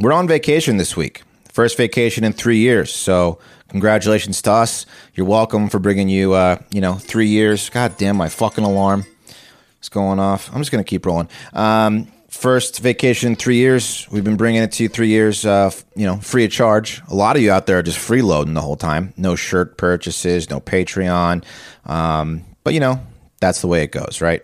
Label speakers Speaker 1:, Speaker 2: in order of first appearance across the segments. Speaker 1: We're on vacation this week. First vacation in three years. So congratulations to us. You're welcome for bringing you, uh, you know, three years. God damn, my fucking alarm is going off. I'm just going to keep rolling. Um, first vacation in three years. We've been bringing it to you three years, uh, f- you know, free of charge. A lot of you out there are just freeloading the whole time. No shirt purchases, no Patreon. Um, but, you know, that's the way it goes, right?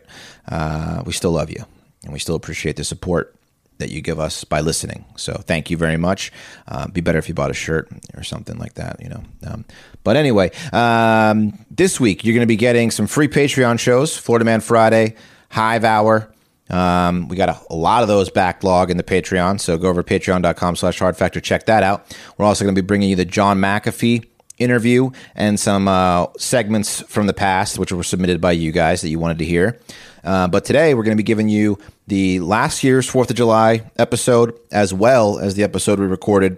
Speaker 1: Uh, we still love you and we still appreciate the support that you give us by listening. So thank you very much. Uh, be better if you bought a shirt or something like that, you know. Um, but anyway, um, this week you're going to be getting some free Patreon shows: Florida Man Friday, Hive Hour. Um, we got a, a lot of those backlog in the Patreon, so go over to patreon.com slash hard factor, check that out. We're also going to be bringing you the John McAfee interview and some uh, segments from the past, which were submitted by you guys that you wanted to hear. Uh, but today we're going to be giving you the last year's Fourth of July episode, as well as the episode we recorded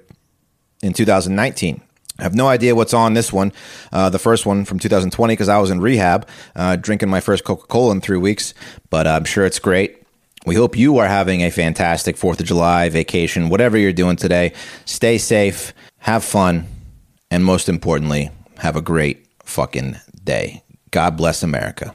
Speaker 1: in 2019. I have no idea what's on this one, uh, the first one from 2020, because I was in rehab uh, drinking my first Coca Cola in three weeks, but uh, I'm sure it's great. We hope you are having a fantastic 4th of July vacation, whatever you're doing today. Stay safe, have fun, and most importantly, have a great fucking day. God bless America.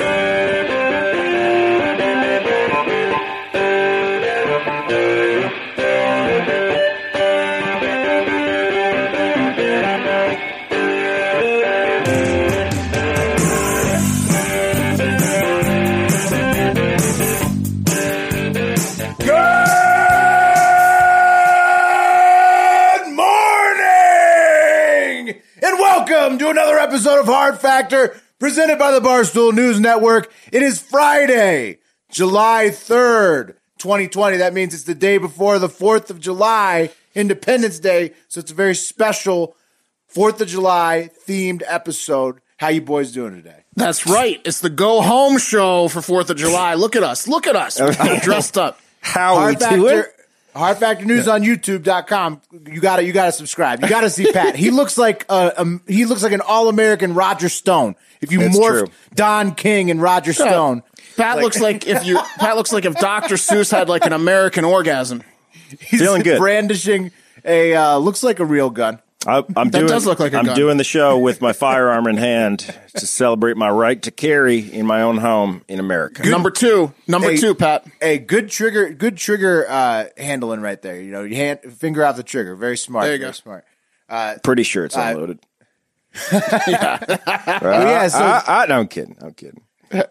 Speaker 2: yeah. Good morning!
Speaker 3: And welcome to another episode of Hard Factor presented by the Barstool News Network. It is Friday, July 3rd, 2020. That means it's the day before the 4th of July, Independence Day. So it's a very special 4th of July themed episode. How you boys doing today?
Speaker 4: That's right. It's the go home show for Fourth of July. Look at us. Look at us. We're dressed up.
Speaker 5: How we do it?
Speaker 3: Hard Factor News on YouTube.com. You gotta you gotta subscribe. You gotta see Pat. he looks like a, um, he looks like an all American Roger Stone. If you
Speaker 5: It's
Speaker 3: morph
Speaker 5: true.
Speaker 3: Don King and Roger Stone,
Speaker 4: Pat looks like if you Pat looks like if Dr. Seuss had like an American orgasm.
Speaker 3: he's
Speaker 5: Feeling good.
Speaker 3: brandishing a uh, looks like a real gun.
Speaker 5: I, I'm doing,
Speaker 4: does look like a
Speaker 5: I'm
Speaker 4: gun.
Speaker 5: doing the show with my firearm in hand to celebrate my right to carry in my own home in America.
Speaker 4: Number two. Number
Speaker 3: Hey.
Speaker 4: two, Pat.
Speaker 3: A good trigger, good trigger uh, handling right there. You know, you hand finger off the trigger. Very smart.
Speaker 4: There you
Speaker 3: very
Speaker 4: go.
Speaker 3: Smart.
Speaker 5: Pretty sure it's unloaded.
Speaker 3: Well, yeah. So
Speaker 5: I, I, no, I'm kidding. I'm kidding. I,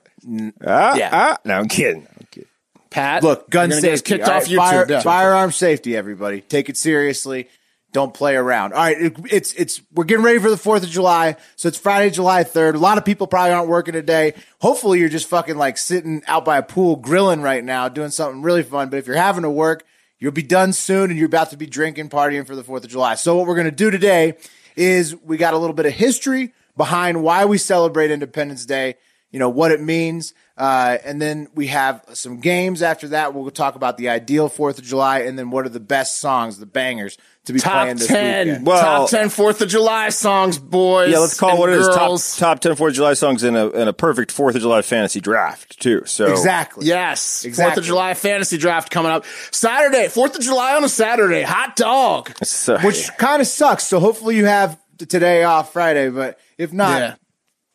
Speaker 5: I, no, I'm kidding. I'm kidding.
Speaker 4: Pat.
Speaker 3: look, gun
Speaker 4: you're gonna get us
Speaker 3: safety.
Speaker 4: kicked
Speaker 3: all
Speaker 4: off
Speaker 3: right?
Speaker 4: YouTube.
Speaker 3: Fire-
Speaker 4: Yeah.
Speaker 3: Firearm safety, everybody. Take it seriously. Don't play around. All right, it- it's it's we're getting ready for the Fourth of July, so it's Friday, July third. A lot of people probably aren't working today. Hopefully, you're just fucking like sitting out by a pool grilling right now, doing something really fun. But if you're having to work, you'll be done soon, and you're about to be drinking, partying for the Fourth of July. So what we're gonna do today is we got a little bit of history behind why we celebrate Independence Day you know what it means uh, and then we have some games after that we'll talk about the ideal fourth of july and then what are the best songs the bangers to be
Speaker 4: Top
Speaker 3: playing this
Speaker 4: ten.
Speaker 3: weekend
Speaker 5: Well-
Speaker 4: top ten Fourth of July songs, boys.
Speaker 5: Yeah, let's call
Speaker 4: and
Speaker 5: what it is. Top,
Speaker 4: girls.
Speaker 5: top 10 4th of July songs in a, in a perfect 4th of July fantasy draft, too. So
Speaker 3: exactly
Speaker 4: Yes. Fourth
Speaker 3: Exactly.
Speaker 4: of July fantasy draft coming up. Saturday, Fourth of July on a Saturday. Hot dog.
Speaker 5: So,
Speaker 3: which kind of sucks so hopefully you have t- today off friday but if not
Speaker 4: Yeah.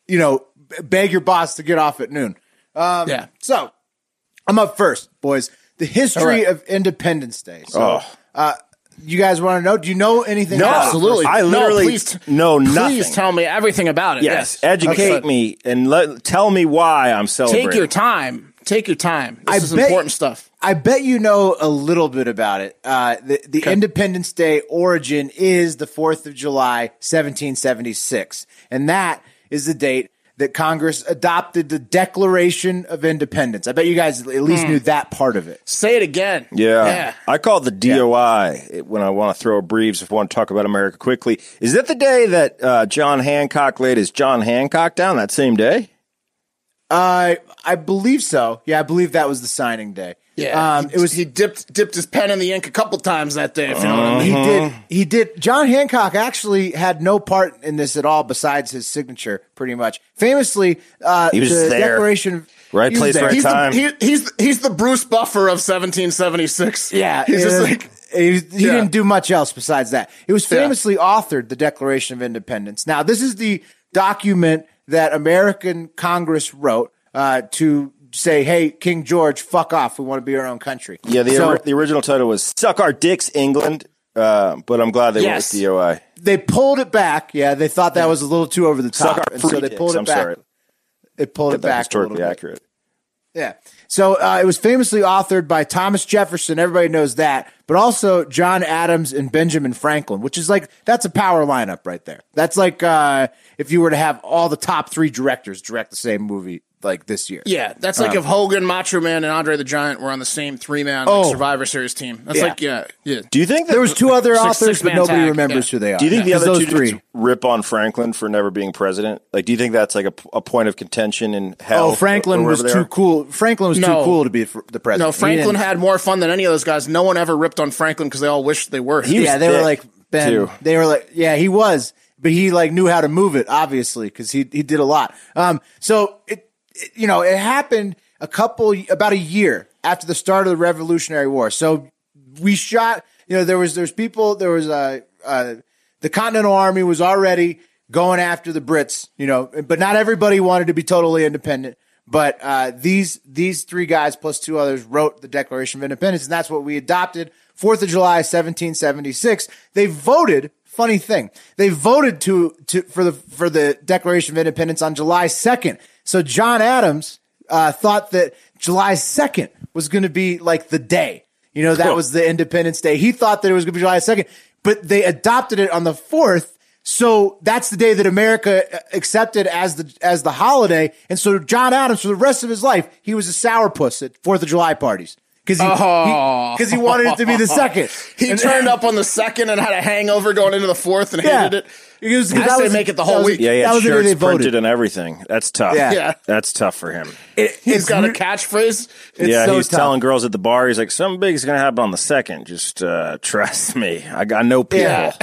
Speaker 3: you know b- beg your boss to get off at noon
Speaker 4: yeah.
Speaker 3: so i'm up first boys the history
Speaker 4: All right.
Speaker 3: of independence day so uh,
Speaker 5: oh.
Speaker 3: you guys want to know do you know anything
Speaker 4: No,
Speaker 3: about it?
Speaker 4: absolutely.
Speaker 5: I literally
Speaker 4: no, please,
Speaker 5: know nothing.
Speaker 4: Please tell me everything about it.
Speaker 5: Yes,
Speaker 4: Yes,
Speaker 5: educate
Speaker 4: Okay.
Speaker 5: me and let, tell me why I'm celebrating.
Speaker 4: Take your time. Take your time. This
Speaker 3: I
Speaker 4: is
Speaker 3: bet-
Speaker 4: important stuff.
Speaker 3: I bet you know a little bit about it. Uh, the the Independence Day origin is the 4th of July, 1776. And that is the date that Congress adopted the Declaration of Independence. I bet you guys at least
Speaker 5: Hmm.
Speaker 3: knew that part of it.
Speaker 4: Say it again.
Speaker 5: Yeah.
Speaker 4: Yeah.
Speaker 5: I call it the DOI when I want to throw a breeze if I want to talk about America quickly. Is that the day that uh, John Hancock laid his John Hancock down that same day?
Speaker 3: Uh, I believe so. Yeah, I believe that was the signing day.
Speaker 4: Yeah,
Speaker 3: um,
Speaker 4: he-
Speaker 3: it was.
Speaker 4: He dipped dipped his pen in the ink a couple times that day. If you know
Speaker 5: Uh-huh.
Speaker 4: what I mean.
Speaker 3: He did. He did. John Hancock actually had no part in this at all, besides his signature, pretty much. Famously, uh,
Speaker 5: He was
Speaker 3: the
Speaker 5: there.
Speaker 3: Declaration.
Speaker 5: Right
Speaker 3: he was
Speaker 5: place,
Speaker 3: there.
Speaker 5: right
Speaker 4: He's the,
Speaker 5: Uh, Time.
Speaker 4: he, he's he's the Bruce Buffer of 1776.
Speaker 3: Yeah,
Speaker 4: he's just
Speaker 3: and
Speaker 4: like
Speaker 3: he, he
Speaker 4: Yeah.
Speaker 3: didn't do much else besides that. It was
Speaker 4: Yeah.
Speaker 3: famously authored the Declaration of Independence. Now, this is the document that American Congress wrote uh, to say, "Hey, King George, fuck off. We want to be our own country."
Speaker 5: Yeah, the,
Speaker 3: So-
Speaker 5: ori- the original title was "Suck Our Dicks, England," uh, but I'm glad they
Speaker 4: Yes.
Speaker 5: went with DOI.
Speaker 3: they pulled it back. Yeah, they thought that was a little too over the top,
Speaker 5: Suck our
Speaker 3: and
Speaker 5: free
Speaker 3: so they
Speaker 5: dicks.
Speaker 3: pulled it
Speaker 5: I'm
Speaker 3: back.
Speaker 5: sorry.
Speaker 3: They pulled it
Speaker 5: That's
Speaker 3: back. a little
Speaker 5: historically
Speaker 3: bit.
Speaker 5: accurate.
Speaker 3: Yeah. So uh, it was famously authored by Thomas Jefferson. Everybody knows that, but also John Adams and Benjamin Franklin, which is like that's a power lineup right there. That's like uh, if you were to have all the top three directors direct the same movie like this year.
Speaker 4: yeah. That's
Speaker 5: Uh.
Speaker 4: like if Hogan, Macho Man, and Andre the Giant were on the same three man like,
Speaker 3: Oh.
Speaker 4: Survivor Series team. That's
Speaker 3: Yeah.
Speaker 4: like yeah, yeah.
Speaker 5: Do you think that,
Speaker 3: There was two other
Speaker 4: Six-
Speaker 3: authors, but
Speaker 4: six-man
Speaker 3: nobody
Speaker 4: tag,
Speaker 3: remembers
Speaker 4: yeah.
Speaker 3: who they are.
Speaker 5: Do you think the
Speaker 3: It's
Speaker 5: other
Speaker 3: those
Speaker 5: two
Speaker 3: three?
Speaker 5: just rip on Franklin for never being president? Like, do you think that's like a, a point of contention in
Speaker 3: Oh,
Speaker 5: hell?
Speaker 3: Franklin
Speaker 5: or
Speaker 3: was
Speaker 5: wherever they
Speaker 3: too
Speaker 5: are?
Speaker 3: cool. Franklin was
Speaker 4: No.
Speaker 3: too cool to be fr- the president.
Speaker 4: No,
Speaker 3: He
Speaker 4: Franklin
Speaker 3: didn't-
Speaker 4: had more fun than any of those guys. No one ever ripped on Franklin because they all wished they were.
Speaker 5: He was
Speaker 3: yeah, they were
Speaker 5: thick,
Speaker 3: like Ben.
Speaker 5: too.
Speaker 3: They were like, yeah, he was, but he like knew how to move it, obviously, because he he did a lot. Um, so it, it- you know, it happened a couple about a year after the start of the Revolutionary War. So we shot. You know, there was there's people. There was uh, uh, the Continental Army was already going after the Brits. You know, but not everybody wanted to be totally independent. But uh, these these three guys plus two others wrote the Declaration of Independence, and that's what we adopted. Fourth of July, 1776. They voted. Funny thing, they voted to to for the for the Declaration of Independence on July 2nd. So John Adams uh, thought that July 2nd was going to be like the day. You know, that was the Independence Day. He thought that it was going to be July 2nd, but they adopted it on the 4th. So that's the day that America uh, accepted as the as the holiday. And so John Adams, for the rest of his life, he was a sourpuss at Fourth of July parties because he
Speaker 4: Oh.
Speaker 3: because he, wanted it to be the second.
Speaker 4: He
Speaker 3: And-
Speaker 4: turned up on the second and had a hangover going into the fourth and
Speaker 3: Yeah.
Speaker 4: hated it.
Speaker 3: It was-
Speaker 4: I
Speaker 3: that
Speaker 4: say
Speaker 3: was-
Speaker 4: make it
Speaker 3: that
Speaker 4: the whole
Speaker 3: was-
Speaker 4: week.
Speaker 5: Yeah, yeah,
Speaker 3: That was the day
Speaker 5: shirts
Speaker 3: they voted.
Speaker 5: printed and everything. That's tough.
Speaker 3: Yeah.
Speaker 4: Yeah.
Speaker 5: that's tough for him.
Speaker 3: It-
Speaker 4: He's
Speaker 3: it's
Speaker 4: got a
Speaker 3: re-
Speaker 4: catchphrase.
Speaker 5: yeah,
Speaker 3: so
Speaker 5: he's
Speaker 3: tough.
Speaker 5: telling girls at the bar, he's like, "Something big is going to happen on the second. Just uh, trust me. I got no people."
Speaker 4: Yeah.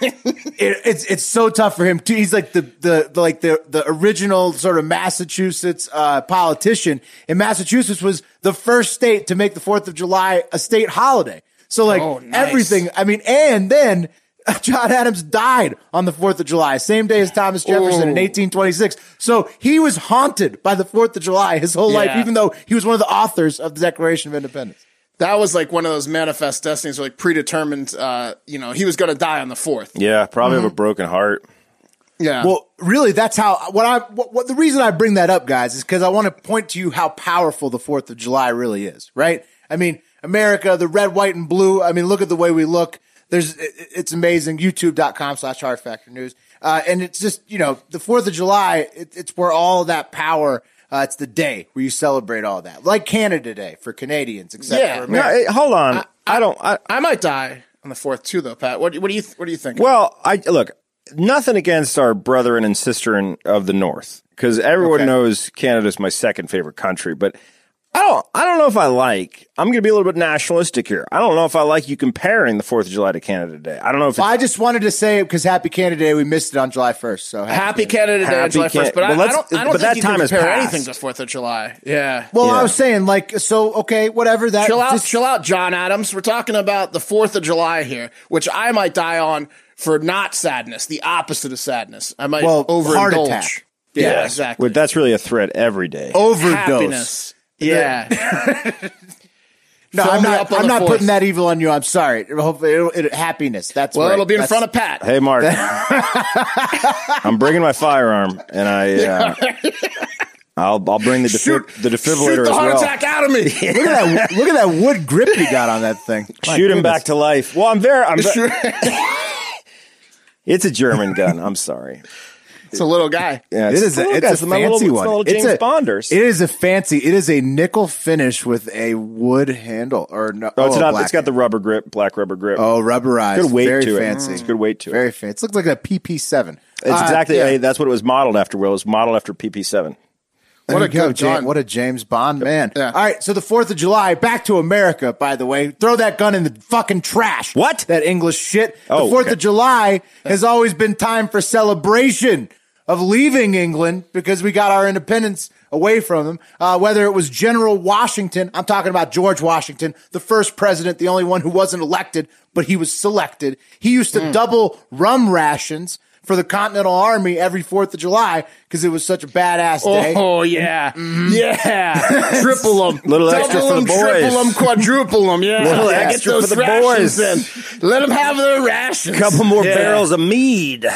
Speaker 3: it, it's it's so tough for him too. He's like the, the the like the the original sort of Massachusetts uh, politician, and Massachusetts was the first state to make the Fourth of July a state holiday. So like
Speaker 4: Oh, nice.
Speaker 3: everything, I mean, and then John Adams died on the Fourth of July, same day as Thomas Jefferson in
Speaker 4: Ooh.
Speaker 3: 1826. So he was haunted by the Fourth of July his whole life,
Speaker 4: Yeah.
Speaker 3: even though he was one of the authors of the Declaration of Independence.
Speaker 4: That was like one of those manifest destinies, like predetermined. Uh, you know, he was going to die on the fourth.
Speaker 5: yeah, probably have a broken heart.
Speaker 4: Yeah.
Speaker 3: Well, really, that's how. What I what, what the reason I bring that up, guys, is because I want to point to you how powerful the Fourth of July really is. Right? I mean, America, the red, white, and blue. I mean, look at the way we look. There's, it- it's amazing. YouTube.com slash Hard Factor News. Uh, and it's just, you know, the 4th of July, it, it's where all that power, uh, it's the day where you celebrate all that. Like Canada Day for Canadians, except
Speaker 4: Yeah.
Speaker 3: for
Speaker 5: No,
Speaker 3: America.
Speaker 5: hey, hold on. I, don't. I,
Speaker 4: I might die on the fourth too, though, Pat. What, what do you What do you think?
Speaker 5: Well, I look nothing against our brethren and sister of the North because everyone knows Canada's my second favorite country, but I don't. I don't know if I like. I'm going to be a little bit nationalistic here. I don't know if I like you comparing the Fourth of July to Canada Day. I don't know if it's
Speaker 3: I just wanted to say it because Happy Canada Day, we missed it on July 1st. So
Speaker 4: Happy Canada Day on
Speaker 5: Happy
Speaker 4: July
Speaker 5: Can-
Speaker 4: first, but,
Speaker 5: Well,
Speaker 4: I, I
Speaker 5: let's-
Speaker 4: don't. I don't
Speaker 5: but
Speaker 4: think
Speaker 5: that
Speaker 4: you
Speaker 5: time
Speaker 4: can
Speaker 5: has
Speaker 4: compare
Speaker 5: passed.
Speaker 4: anything to the Fourth of July. Yeah.
Speaker 3: Well,
Speaker 5: Yeah.
Speaker 3: I was saying, like, so okay, whatever. That
Speaker 4: chill out,
Speaker 3: just-
Speaker 4: chill out, John Adams. We're talking about the Fourth of July here, which I might die on for not sadness, the opposite of sadness. I might
Speaker 3: Well,
Speaker 4: overindulge.
Speaker 3: heart attack.
Speaker 4: Yeah, exactly.
Speaker 5: Well, that's really a threat every day.
Speaker 3: overdose.
Speaker 4: Happiness. Yeah,
Speaker 3: No,
Speaker 4: Fill
Speaker 3: I'm
Speaker 4: me
Speaker 3: not.
Speaker 4: up on
Speaker 3: I'm
Speaker 4: the
Speaker 3: not
Speaker 4: fourth.
Speaker 3: putting that evil on you. I'm sorry. Hopefully, it'll, it, happiness. That's
Speaker 4: well,
Speaker 3: right.
Speaker 4: it'll be in
Speaker 3: That's-
Speaker 4: front of Pat.
Speaker 5: Hey, Mark. I'm bringing my firearm, and I. Uh, I'll I'll bring the defib- the defibrillator
Speaker 4: shoot the
Speaker 5: as
Speaker 4: heart
Speaker 5: well.
Speaker 4: attack out of me.
Speaker 3: Look at that! Look at that wood grip you got on that thing. My
Speaker 5: Shoot him
Speaker 3: goodness.
Speaker 5: back to life. Well, I'm very. I'm
Speaker 4: Sure.
Speaker 5: ve- it's a German gun. I'm sorry.
Speaker 4: it's a little guy.
Speaker 5: Yeah,
Speaker 3: It is. A,
Speaker 5: little
Speaker 3: it's
Speaker 5: guy.
Speaker 3: a
Speaker 5: my
Speaker 3: fancy
Speaker 5: little-
Speaker 3: one.
Speaker 5: my little
Speaker 3: It's
Speaker 5: James
Speaker 3: a-
Speaker 5: Bonders.
Speaker 3: It is a fancy. It is a nickel finish with a wood handle or no?
Speaker 5: Oh, it's
Speaker 3: oh,
Speaker 5: not.
Speaker 3: black
Speaker 5: It's got the
Speaker 3: handle.
Speaker 5: rubber grip, black rubber grip.
Speaker 3: oh rubberized.
Speaker 5: good weight
Speaker 3: Very
Speaker 5: to
Speaker 3: fancy.
Speaker 5: it. It's good weight to
Speaker 3: Very
Speaker 5: it.
Speaker 3: fancy. It looks like a PP7.
Speaker 5: It's
Speaker 3: Uh,
Speaker 5: exactly.
Speaker 3: yeah.
Speaker 5: hey, that's what it was modeled after. Will it was modeled after PP7.
Speaker 4: What
Speaker 3: There you
Speaker 4: a
Speaker 3: go,
Speaker 4: good
Speaker 3: Ja-
Speaker 4: gun.
Speaker 3: What a James Bond man.
Speaker 4: Yeah.
Speaker 3: All right, so the 4th of July, back to America, by the way. Throw that gun in the fucking trash.
Speaker 5: What?
Speaker 3: That English shit.
Speaker 5: Oh,
Speaker 3: the 4th
Speaker 5: okay.
Speaker 3: of July has always been time for celebration of leaving England because we got our independence away from them. Uh, whether it was General Washington, I'm talking about George Washington, the first president, the only one who wasn't elected, but he was selected. He used
Speaker 4: Hmm.
Speaker 3: to double rum rations. For the Continental Army every 4th of July because it was such a badass day.
Speaker 4: Oh yeah, yeah. Triple them,
Speaker 5: Mm-hmm. Little extra for the boys.
Speaker 4: triple them, quadruple them. Yeah,
Speaker 5: Little
Speaker 4: Yeah,
Speaker 5: extra
Speaker 4: get those
Speaker 5: for the
Speaker 4: rations
Speaker 5: boys.
Speaker 4: In. Let them have their rations.
Speaker 5: Couple more
Speaker 4: Yeah.
Speaker 5: barrels of mead.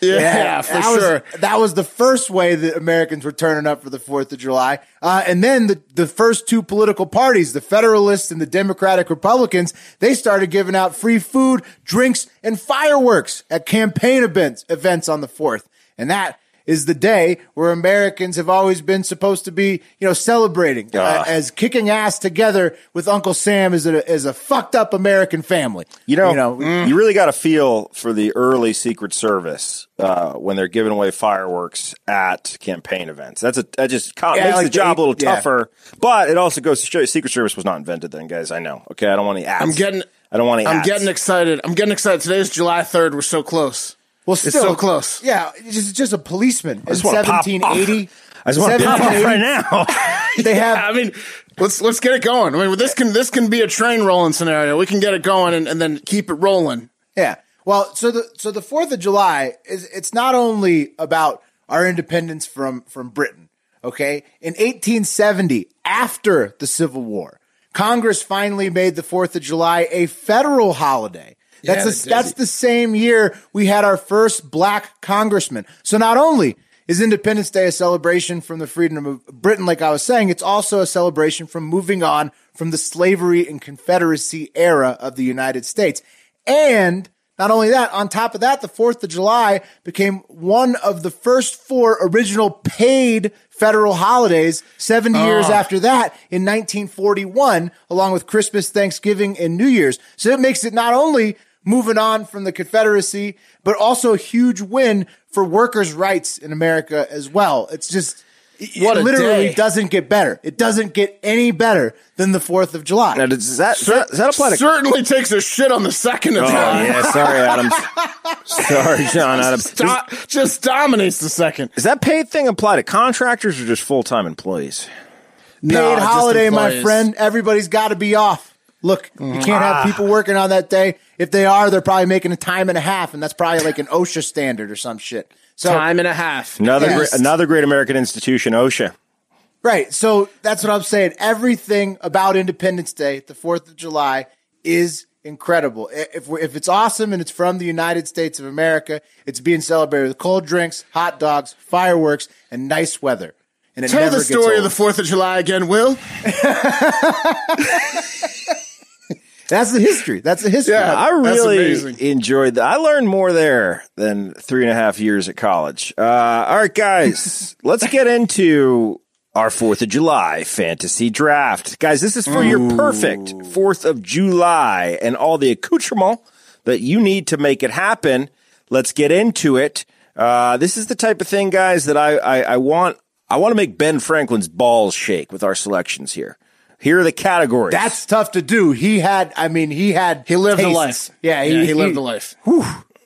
Speaker 4: Yeah, for
Speaker 3: that
Speaker 4: sure.
Speaker 3: Was, that was the first way that Americans were turning up for the Fourth of July. Uh, and then the, the first two political parties, the Federalists and the Democratic Republicans, they started giving out free food, drinks, and fireworks at campaign events, events on the Fourth. And that is the day where Americans have always been supposed to be, you know, celebrating uh, as kicking ass together with Uncle Sam as a, as a fucked up American family.
Speaker 5: You know, you,
Speaker 4: Mm.
Speaker 5: really got to feel for the early Secret Service uh, when they're giving away fireworks at campaign events. That's a that just co-
Speaker 3: Yeah,
Speaker 5: makes
Speaker 3: like
Speaker 5: the job
Speaker 3: the-
Speaker 5: a little
Speaker 3: yeah.
Speaker 5: tougher, but it also goes to show you Secret Service was not invented then, guys. I know. Okay, I don't want any ads.
Speaker 4: I'm getting-
Speaker 5: I don't want any.
Speaker 4: I'm
Speaker 5: ads.
Speaker 4: getting excited. I'm getting excited. Today's July 3rd. We're so close.
Speaker 3: Well,
Speaker 4: It's so close.
Speaker 3: Yeah, it's just, just a policeman in
Speaker 5: just wanna pop
Speaker 3: 1780.
Speaker 5: I just want to pop off
Speaker 3: 1780,
Speaker 5: right now.
Speaker 3: They have
Speaker 4: I mean, let's let's get it going. I mean, this can this can be a train rolling scenario. We can get it going and, and then keep it rolling.
Speaker 3: Yeah. Well, so the so the Fourth of July is it's not only about our independence from from Britain. Okay, in 1870, after the Civil War, Congress finally made the Fourth of July a federal holiday. That's a- that's the same year we had our first black congressman. So not only is Independence Day a celebration from the freedom of Britain, like I was saying, it's also a celebration from moving on from the slavery and Confederacy era of the United States. And not only that, on top of that, the 4th of July became one of the first four original paid federal holidays 70
Speaker 4: Ah.
Speaker 3: years after that in 1941, along with Christmas, Thanksgiving, and New Year's. So it makes it not only moving on from the Confederacy, but also a huge win for workers' rights in America as well. It's just. it-
Speaker 4: What a
Speaker 3: it literally
Speaker 4: day.
Speaker 3: doesn't get better. It doesn't get any better than the 4th of July.
Speaker 5: Now, does that, does that, does that apply to?
Speaker 4: Certainly takes a shit on the second of
Speaker 5: oh
Speaker 4: July.
Speaker 5: yeah, sorry, Adams. sorry, John Adams. Does,
Speaker 4: Do- just dominates the second.
Speaker 5: does that paid thing apply to contractors or just full time employees?
Speaker 4: No,
Speaker 3: paid
Speaker 4: just
Speaker 3: holiday, my
Speaker 4: employees.
Speaker 3: friend. Everybody's got to be off. Look,
Speaker 4: Mm-hmm.
Speaker 3: you can't
Speaker 4: Ah.
Speaker 3: have people working on that day. If they are, they're probably making a time and a half, and that's probably like an OSHA standard or some shit. So
Speaker 4: Time and a half.
Speaker 5: Another
Speaker 4: Yes.
Speaker 5: gre- another great American institution, OSHA.
Speaker 3: right, so that's what I'm saying. Everything about Independence Day, the Fourth of July, is incredible. I- If we're, if it's awesome and it's from the United States of America, it's being celebrated with cold drinks, hot dogs, fireworks, and nice weather. And it
Speaker 4: Tell
Speaker 3: never
Speaker 4: the
Speaker 3: gets
Speaker 4: story of
Speaker 3: old.
Speaker 4: the Fourth of July again, Will.
Speaker 3: That's the history. That's the history.
Speaker 4: Yeah,
Speaker 5: I
Speaker 4: That's
Speaker 5: really
Speaker 4: amazing.
Speaker 5: enjoyed that. I learned more there than three and a half years at college. Uh, all right, guys, let's get into our Fourth of July fantasy draft, guys. This is for your perfect Fourth of July and all the accoutrement that you need to make it happen. Let's get into it. Uh, this is the type of thing, guys, that I, I, I want. I want to make Ben Franklin's balls shake with our selections here. Here are the categories.
Speaker 3: That's tough to do. He had, I mean, he had.
Speaker 4: He lived a
Speaker 3: tastes.
Speaker 4: life.
Speaker 3: Yeah,
Speaker 4: he, lived a life.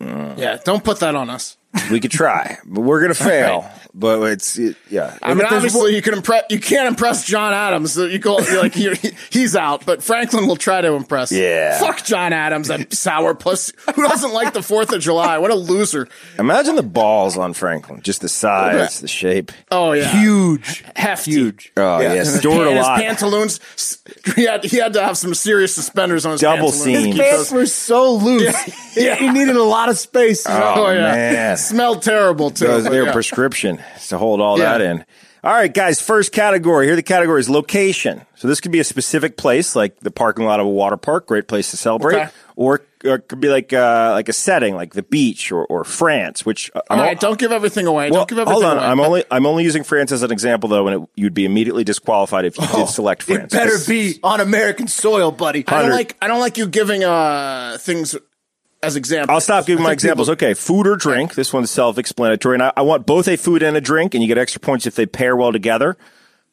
Speaker 4: Yeah, don't put that on us.
Speaker 5: We could try, but we're gonna fail. But it's it, yeah.
Speaker 4: I mean, obviously you can impress. You can't impress John Adams. So You go you're like you're, he- he's out, but Franklin will try to impress.
Speaker 5: Yeah.
Speaker 4: fuck John Adams, that sour puss who doesn't like the Fourth of July. What a loser!
Speaker 5: Imagine the balls on Franklin, just the size, the shape.
Speaker 4: Oh yeah,
Speaker 3: Huge.
Speaker 4: hefty.
Speaker 3: Huge.
Speaker 5: Oh yeah, stored a
Speaker 4: His
Speaker 5: lot.
Speaker 4: pantaloons. s- He had he had to have some serious suspenders on his
Speaker 5: Double
Speaker 4: pantaloons.
Speaker 5: seam.
Speaker 3: His
Speaker 5: He
Speaker 3: pants were so loose.
Speaker 4: Yeah.
Speaker 3: He needed a lot of space.
Speaker 4: Oh yeah,
Speaker 5: man.
Speaker 4: smelled terrible too.
Speaker 5: Those-
Speaker 4: but
Speaker 5: their
Speaker 4: yeah.
Speaker 5: prescription is to hold all
Speaker 4: Yeah.
Speaker 5: that in. All right, guys. First category. Here are the categories: location. So this could be a specific place, like the parking lot of a water park, great place to celebrate,
Speaker 4: Okay.
Speaker 5: or, or it could be like uh, like a setting, like the beach or, or France. Which uh, I'm
Speaker 4: All
Speaker 5: al-
Speaker 4: right, don't give everything away.
Speaker 5: Well,
Speaker 4: don't give everything
Speaker 5: hold on.
Speaker 4: away.
Speaker 5: I'm only I'm only using France as an example, though, and it, you'd be immediately disqualified if you
Speaker 4: Oh.
Speaker 5: did select
Speaker 3: it
Speaker 5: France.
Speaker 3: better be on American soil, buddy.
Speaker 4: I don't like I don't like you giving uh things as examples.
Speaker 5: I'll stop giving
Speaker 4: I
Speaker 5: my
Speaker 4: think people-
Speaker 5: examples. okay, food or drink. This one's self-explanatory, and I, I want both a food and a drink, and you get extra points if they pair well together.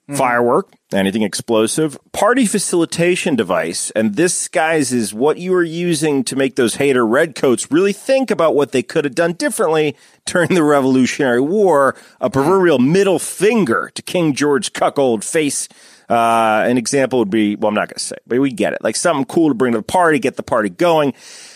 Speaker 4: Hmm.
Speaker 5: Firework, anything explosive, party facilitation device, and this guys is what you are using to make those hater redcoats really think about what they could have done differently during the Revolutionary War. A proverbial middle finger to King George cuckold face. Uh, an example would be, well, I'm not going to say, but we get it. Like something cool to bring to the party, get the party going.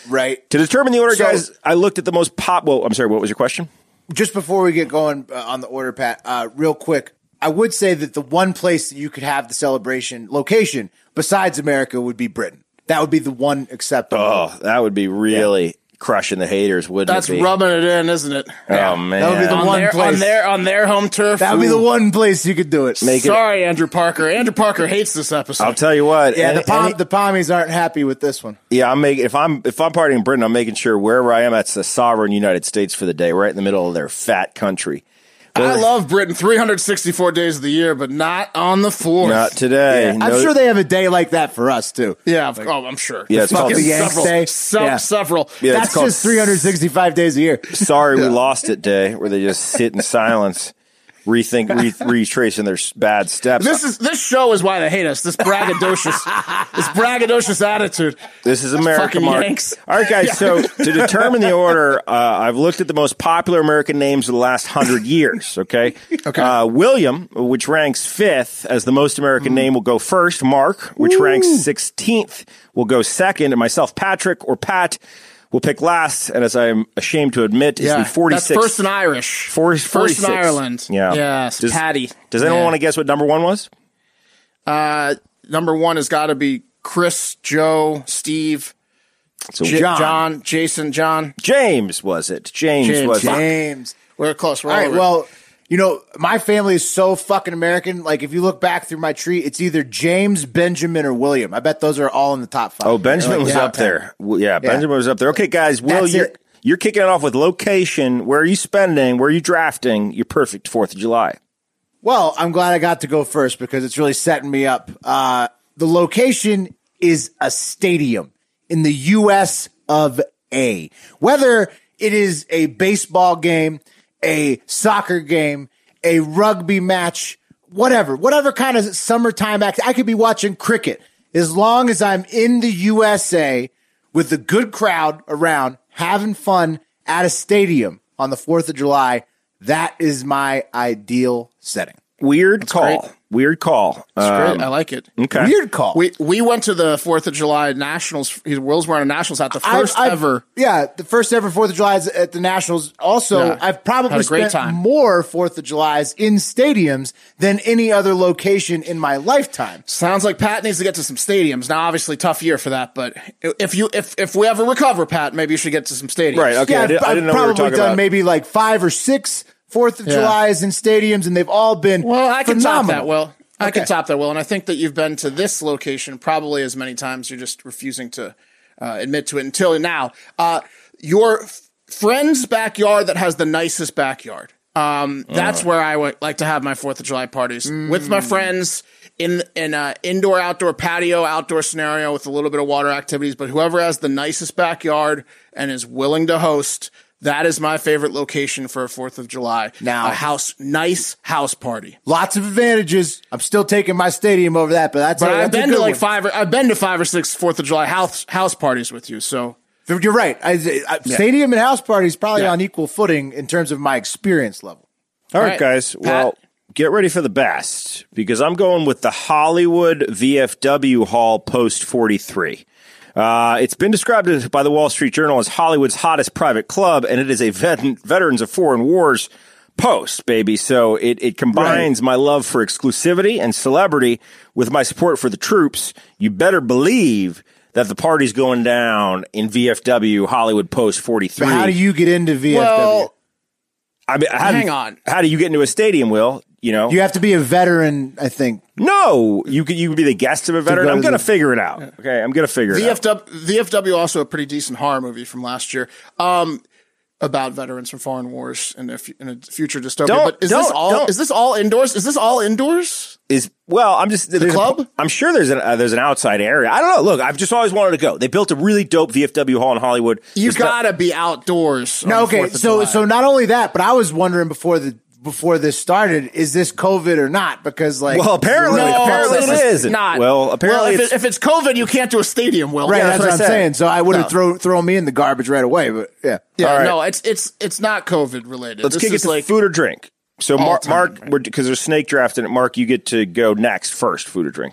Speaker 3: right?
Speaker 5: To determine the order,
Speaker 3: So-
Speaker 5: guys, I looked at the most pop. Well, I'm sorry. What was your question?
Speaker 3: just before we get going uh, on the order, Pat, uh, real quick, I would say that the one place that you could have the celebration location besides America would be Britain. That would be the one acceptable.
Speaker 5: Oh, that would be really crushing the haters, wouldn't
Speaker 4: That's
Speaker 5: it? be?
Speaker 4: rubbing it in, isn't it?
Speaker 5: Oh man,
Speaker 3: That would be the
Speaker 4: on
Speaker 3: one
Speaker 4: their,
Speaker 3: place.
Speaker 4: on their on their home turf.
Speaker 3: that would be
Speaker 4: Ooh.
Speaker 3: the one place you could do it.
Speaker 5: Make it-
Speaker 4: Sorry, Andrew Parker. Andrew Parker hates this episode.
Speaker 5: I'll tell you what.
Speaker 3: yeah,
Speaker 5: any-
Speaker 3: the pom-
Speaker 5: any-
Speaker 3: the pommies aren't happy with this one.
Speaker 5: yeah, I'm making if I'm if I'm partying in Britain, I'm making sure wherever I am, that's the sovereign United States for the day, right in the middle of their fat country.
Speaker 4: I love Britain 364 days of the year, but not on the fourth.
Speaker 5: Not today.
Speaker 3: I'm
Speaker 5: No-
Speaker 3: sure they have a day like that for us too.
Speaker 4: yeah, of- oh, I'm sure.
Speaker 5: Yeah, it's called
Speaker 4: Fucking
Speaker 5: the
Speaker 3: Yanks
Speaker 4: several,
Speaker 3: Day.
Speaker 4: se-
Speaker 3: Yeah.
Speaker 4: several.
Speaker 5: Yeah, it's
Speaker 3: That's
Speaker 5: called-
Speaker 3: just 365 days a year.
Speaker 5: Sorry, we lost it day where they just sit in silence, rethink, re- retracing their s- bad steps.
Speaker 4: This is this show is why they hate us. This braggadocious, this braggadocious attitude.
Speaker 5: This is America,
Speaker 4: fucking
Speaker 5: Mark.
Speaker 4: Yanks.
Speaker 5: All right, guys. So to determine the order, uh, I've looked at the most popular American names of the last hundred years. Okay. Okay. Uh, William, which ranks fifth as the most
Speaker 4: Mm.
Speaker 5: American name, will go first. Mark, which ranks sixteenth, will go second, and myself, Patrick or Pat, will pick last. And as I'm ashamed to admit, is the
Speaker 4: that's
Speaker 5: forty-sixth.
Speaker 4: first in Irish.
Speaker 5: Four-
Speaker 4: first in
Speaker 5: 46th.
Speaker 4: Ireland.
Speaker 5: Yeah.
Speaker 4: Yes,
Speaker 5: Does-
Speaker 4: Patty.
Speaker 5: Does anyone
Speaker 4: Yeah.
Speaker 5: want to guess what number one was?
Speaker 4: Uh, number one has got to be Chris, Joe, Steve,
Speaker 5: So
Speaker 4: J- John. Jason, John.
Speaker 5: James was it? James,
Speaker 4: James.
Speaker 5: was it?
Speaker 3: James.
Speaker 4: We're close. We're
Speaker 3: All right.
Speaker 4: over.
Speaker 3: Well, you know, my family is so fucking American. Like, if you look back through my tree, it's either James, Benjamin, or William. I bet those are all in the top five.
Speaker 5: Oh, Benjamin
Speaker 3: Like,
Speaker 5: was
Speaker 3: yeah,
Speaker 5: up there. Well, yeah, Benjamin was up there. Okay, guys. Will,
Speaker 3: That's
Speaker 5: you're,
Speaker 3: it.
Speaker 5: you're kicking it off with location. Where are you spending? Where are you drafting? Your perfect Fourth of July.
Speaker 3: Well, I'm glad I got to go first because it's really setting me up. Uh, the location is a stadium in the U.S. of A. Whether it is a baseball game, a soccer game, a rugby match, whatever, whatever kind of summertime act, I could be watching cricket as long as I'm in the USA with a good crowd around, having fun at a stadium on the 4th of July. That is my ideal setting.
Speaker 5: Weird call.
Speaker 4: great.
Speaker 5: Weird call. Uh,
Speaker 4: Great. I like it.
Speaker 5: okay.
Speaker 3: Weird call.
Speaker 4: We we went to the Fourth of July Nationals. He Will's wearing a Nationals hat. The 1st
Speaker 3: I've- I've-
Speaker 4: ever.
Speaker 3: Yeah, the first ever Fourth of July's at the Nationals. Also,
Speaker 4: Yeah.
Speaker 3: I've probably
Speaker 4: Had a great
Speaker 3: spent
Speaker 4: time.
Speaker 3: more Fourth of July's in stadiums than any other location in my lifetime.
Speaker 4: Sounds like Pat needs to get to some stadiums. Now, obviously, tough year for that. But if you if if we ever recover, Pat, maybe you should get to some stadiums.
Speaker 5: Right. Okay.
Speaker 3: yeah,
Speaker 5: I, did,
Speaker 3: I've,
Speaker 5: I didn't know
Speaker 3: I've
Speaker 5: we were
Speaker 3: probably
Speaker 5: talking
Speaker 3: done
Speaker 5: about.
Speaker 3: maybe like five or six Fourth of
Speaker 4: Yeah.
Speaker 3: July's in stadiums, and they've all been
Speaker 4: Well, I can
Speaker 3: phenomenal.
Speaker 4: top that, Will. I can
Speaker 3: Okay.
Speaker 4: top that, Will. And I think that you've been to this location probably as many times. You're just refusing to uh, admit to it until now. Uh, your f- friend's backyard that has the nicest backyard. Um, that's
Speaker 3: Oh.
Speaker 4: where I would like to have my Fourth of July parties with
Speaker 3: Mm.
Speaker 4: my friends in in uh, indoor outdoor patio outdoor scenario with a little bit of water activities. But whoever has the nicest backyard and is willing to host, that is my favorite location for a Fourth of July.
Speaker 3: Now-
Speaker 4: a house, nice house party.
Speaker 3: Lots of advantages. I'm still taking my stadium over that, but that's a-
Speaker 4: But I've
Speaker 3: that's a
Speaker 4: been
Speaker 3: good
Speaker 4: to like
Speaker 3: one.
Speaker 4: five. Or, I've been to five or six Fourth of July house house parties with you. So
Speaker 3: You're right. I, I, Stadium and house parties probably
Speaker 4: Yeah.
Speaker 3: on equal footing in terms of my experience level.
Speaker 5: All right,
Speaker 4: All right,
Speaker 5: guys.
Speaker 4: Pat.
Speaker 5: Well, get ready for the best because I'm going with the Hollywood VFW Hall post 43. Uh, it's been described as- by the Wall Street Journal as Hollywood's hottest private club, and it is a vet- veterans of foreign wars post, baby. So it, it combines my love for exclusivity and celebrity with my support for the troops. You better believe that the party's going down in VFW Hollywood post 43.
Speaker 3: But how do you get into VFW?
Speaker 4: well,
Speaker 5: I mean, how
Speaker 4: Hang
Speaker 5: do,
Speaker 4: on.
Speaker 5: How do you get into a stadium, Will? You know,
Speaker 3: you have to be a veteran, I think.
Speaker 5: No, you could you could be the guest of a veteran.
Speaker 3: go
Speaker 5: I'm
Speaker 3: to
Speaker 5: gonna
Speaker 3: the-
Speaker 5: figure it out. Okay, I'm gonna figure it out.
Speaker 4: VFW VFW also a pretty decent horror movie from last year. Um, about veterans from foreign wars and a, fu- in a future dystopia.
Speaker 5: Don't-
Speaker 4: but is this
Speaker 5: don't-
Speaker 4: all?
Speaker 5: don't.
Speaker 4: Is this all indoors? Is this all indoors?
Speaker 5: is well. I'm just the
Speaker 4: club?
Speaker 5: I'm sure there's an uh, there's an outside area. I don't know. Look, I've just always wanted to go. They built a really dope VFW hall in Hollywood.
Speaker 4: You
Speaker 5: It's not-
Speaker 4: gotta be outdoors. on
Speaker 3: No,
Speaker 4: the
Speaker 3: okay.
Speaker 4: 4th of
Speaker 3: So
Speaker 4: July.
Speaker 3: so not only that, but I was wondering before the before this started, is this COVID or not? Because like,
Speaker 5: Well, apparently-
Speaker 3: No,
Speaker 5: apparently
Speaker 3: that's-
Speaker 5: it is.
Speaker 4: not.
Speaker 5: Well, apparently
Speaker 4: if,
Speaker 5: it's-
Speaker 4: it- if it's COVID, you can't do a stadium. Will
Speaker 3: Right,
Speaker 5: Yeah,
Speaker 3: that's, what I'm
Speaker 5: I said.
Speaker 3: saying. So I would have
Speaker 4: No.
Speaker 3: thrown thrown me in the garbage right away. But yeah,
Speaker 4: Yeah,
Speaker 5: All right.
Speaker 4: no, it's it's it's not COVID related.
Speaker 5: Let's
Speaker 4: this
Speaker 5: kick it
Speaker 4: is
Speaker 5: to
Speaker 4: like
Speaker 5: food or drink. So Mark,
Speaker 4: time,
Speaker 5: Mark, because there's snake drafting. it. Mark, you get to go next. First, food or drink.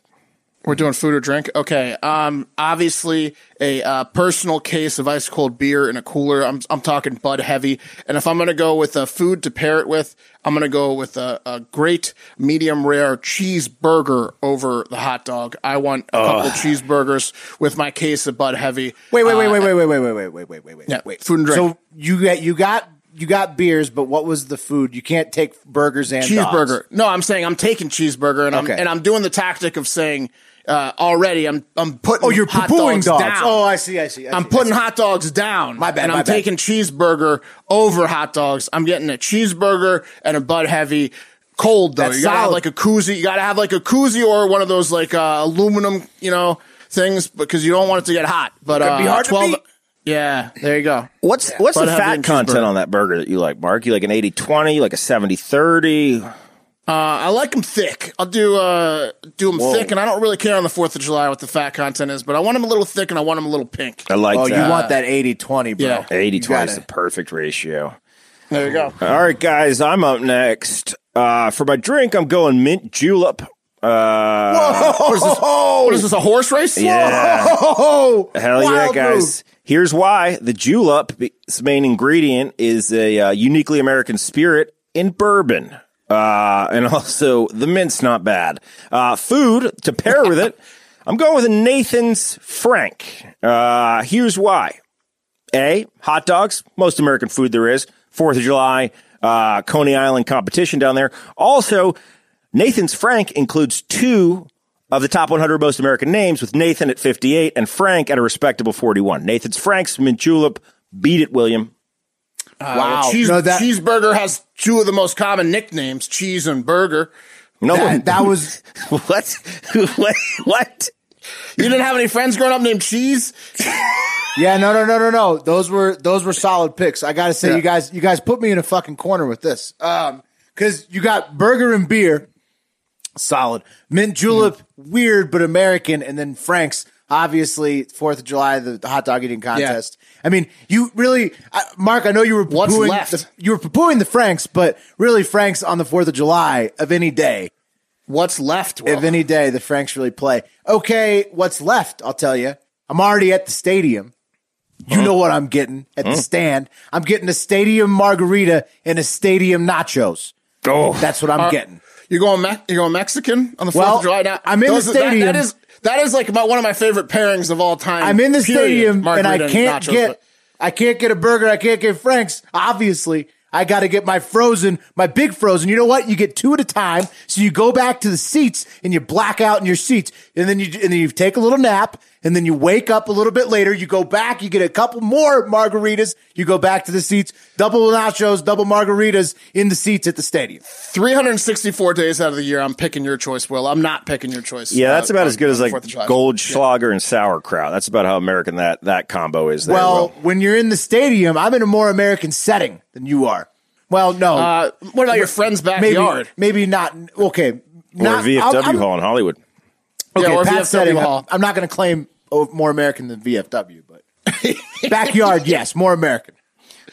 Speaker 4: we're doing food or drink. Okay, um, obviously a uh, personal case of ice cold beer in a cooler. I'm I'm talking Bud Heavy, and if I'm gonna go with a food to pair it with, I'm gonna go with a, a great medium rare cheeseburger over the hot dog. I want a couple cheeseburgers with my case of Bud Heavy.
Speaker 3: Wait, wait, wait,
Speaker 4: Uh,
Speaker 3: wait, wait, wait, wait, wait, wait, wait, wait, wait, wait.
Speaker 4: Yeah, food and drink.
Speaker 3: So you got you got you got beers, but what was the food? You can't take burgers and
Speaker 4: cheeseburger.
Speaker 3: dogs.
Speaker 4: No, I'm saying I'm taking cheeseburger, and I'm
Speaker 3: Okay.
Speaker 4: and I'm doing the tactic of saying uh, already I'm I'm putting
Speaker 3: Oh, you're
Speaker 4: hot
Speaker 3: poo-pooing
Speaker 4: dogs,
Speaker 3: dogs.
Speaker 4: down.
Speaker 3: Oh, I see, I see. I
Speaker 4: I'm
Speaker 3: see,
Speaker 4: putting
Speaker 3: I see.
Speaker 4: hot dogs down.
Speaker 3: My bad,
Speaker 4: And
Speaker 3: my
Speaker 4: I'm
Speaker 3: bad.
Speaker 4: taking cheeseburger over hot dogs. I'm getting a cheeseburger and a Bud Heavy. Cold though.
Speaker 3: That's
Speaker 4: you gotta have
Speaker 3: solid.
Speaker 4: like a koozie. You gotta have like a koozie or one of those like uh, aluminum, you know, things because you don't want it to get hot. But uh,
Speaker 3: be hard to
Speaker 4: 12
Speaker 3: beat.
Speaker 4: Yeah, there you go.
Speaker 5: What's what's
Speaker 4: But
Speaker 5: the
Speaker 4: have it
Speaker 5: fat
Speaker 4: in
Speaker 5: content
Speaker 4: cheeseburger.
Speaker 5: on that burger that you like, Mark? You like an 80-20, like a 70-30?
Speaker 4: I like them thick. I'll do uh do them thick, and I don't really care on the Fourth of July what the fat content is, but I want them a little thick and I want them a little pink.
Speaker 5: I like
Speaker 3: Oh,
Speaker 5: that.
Speaker 3: you want that 80-20, bro?
Speaker 4: Yeah.
Speaker 5: 80-20
Speaker 3: You
Speaker 5: is
Speaker 3: gotta-
Speaker 5: the perfect ratio.
Speaker 4: There you go.
Speaker 5: All right, guys, I'm up next. Uh, for my drink, I'm going mint julep. Uh,
Speaker 4: What is this? A horse race?
Speaker 5: yeah.
Speaker 3: Oh,
Speaker 5: Hell yeah,
Speaker 3: wild
Speaker 5: guys. Here's why the julep, its main ingredient, is a uh, uniquely American spirit in bourbon. Uh, and also, the mint's not bad. Uh, food to pair with it, I'm going with a Nathan's Frank. Uh, here's why. A, hot dogs, most American food there is. Fourth of July, uh, Coney Island competition down there. Also, Nathan's Frank includes two of the top 100 most American names, with Nathan at 58 and Frank at a respectable 41. Nathan's Frank's mint julep. Beat it, William.
Speaker 4: Uh,
Speaker 3: Wow.
Speaker 4: cheese-
Speaker 3: No, that-
Speaker 4: cheeseburger has two of the most common nicknames: cheese and burger.
Speaker 5: No,
Speaker 3: That, that was
Speaker 5: what? what? What?
Speaker 4: You didn't have any friends growing up named Cheese?
Speaker 3: yeah no no no no no those were those were solid picks I gotta say you guys you guys put me in a fucking corner with this um because you got burger and beer solid mint julep weird but American and then Frank's obviously Fourth of July the, the hot dog eating contest I mean you really I, Mark I know you were
Speaker 4: What's
Speaker 3: poo-pooing
Speaker 4: left?
Speaker 3: the- you were pooing the Franks but really Franks on the Fourth of July of any day
Speaker 4: What's left? Will?
Speaker 3: if any day the Franks really play. Okay, what's left? I'll tell you. I'm already at the stadium. You know what I'm getting at the stand. I'm getting a stadium margarita and a stadium nachos.
Speaker 5: Oh,
Speaker 3: That's what I'm
Speaker 4: Are-
Speaker 3: getting.
Speaker 4: You're going. Me- you're going Mexican on the Fourth
Speaker 3: Well,
Speaker 4: of July. Now,
Speaker 3: I'm in the
Speaker 4: those- that-
Speaker 3: stadium.
Speaker 4: that is that is like my, one of my favorite pairings of all time.
Speaker 3: I'm in the
Speaker 4: period.
Speaker 3: stadium
Speaker 4: Margarita
Speaker 3: and I can't
Speaker 4: nachos,
Speaker 3: get
Speaker 4: but-
Speaker 3: I can't get a burger. I can't get Frank's. Obviously, I got to get my frozen, my big frozen. You know what? You get two at a time, so you go back to the seats and you black out in your seats, and then you and then you take a little nap, and then you wake up a little bit later. You go back, you get a couple more margaritas. You go back to the seats, double nachos, double margaritas in the seats at the stadium.
Speaker 4: 364 days out of the year, I'm picking your choice, Will. I'm not picking your choice.
Speaker 5: yeah, that's
Speaker 4: uh,
Speaker 5: about
Speaker 4: on-
Speaker 5: as good as
Speaker 4: on
Speaker 5: like
Speaker 4: Fourth of July.
Speaker 5: Goldschlager and sauerkraut. That's about how American that that combo is. There,
Speaker 3: Well,
Speaker 5: Will.
Speaker 3: when you're in the stadium, I'm in a more American setting than you are. Well, no.
Speaker 4: Uh, what about your friend's
Speaker 3: maybe,
Speaker 4: backyard?
Speaker 3: Maybe not. Okay.
Speaker 5: or a
Speaker 3: Not,
Speaker 5: VFW
Speaker 3: I'm- I'm-
Speaker 5: hall in Hollywood.
Speaker 3: Okay,
Speaker 4: Yeah, or
Speaker 3: Pat's
Speaker 4: VFW
Speaker 3: setting,
Speaker 4: hall.
Speaker 3: I'm, I'm not going to claim oh, more American than VFW, but backyard, yes, more American.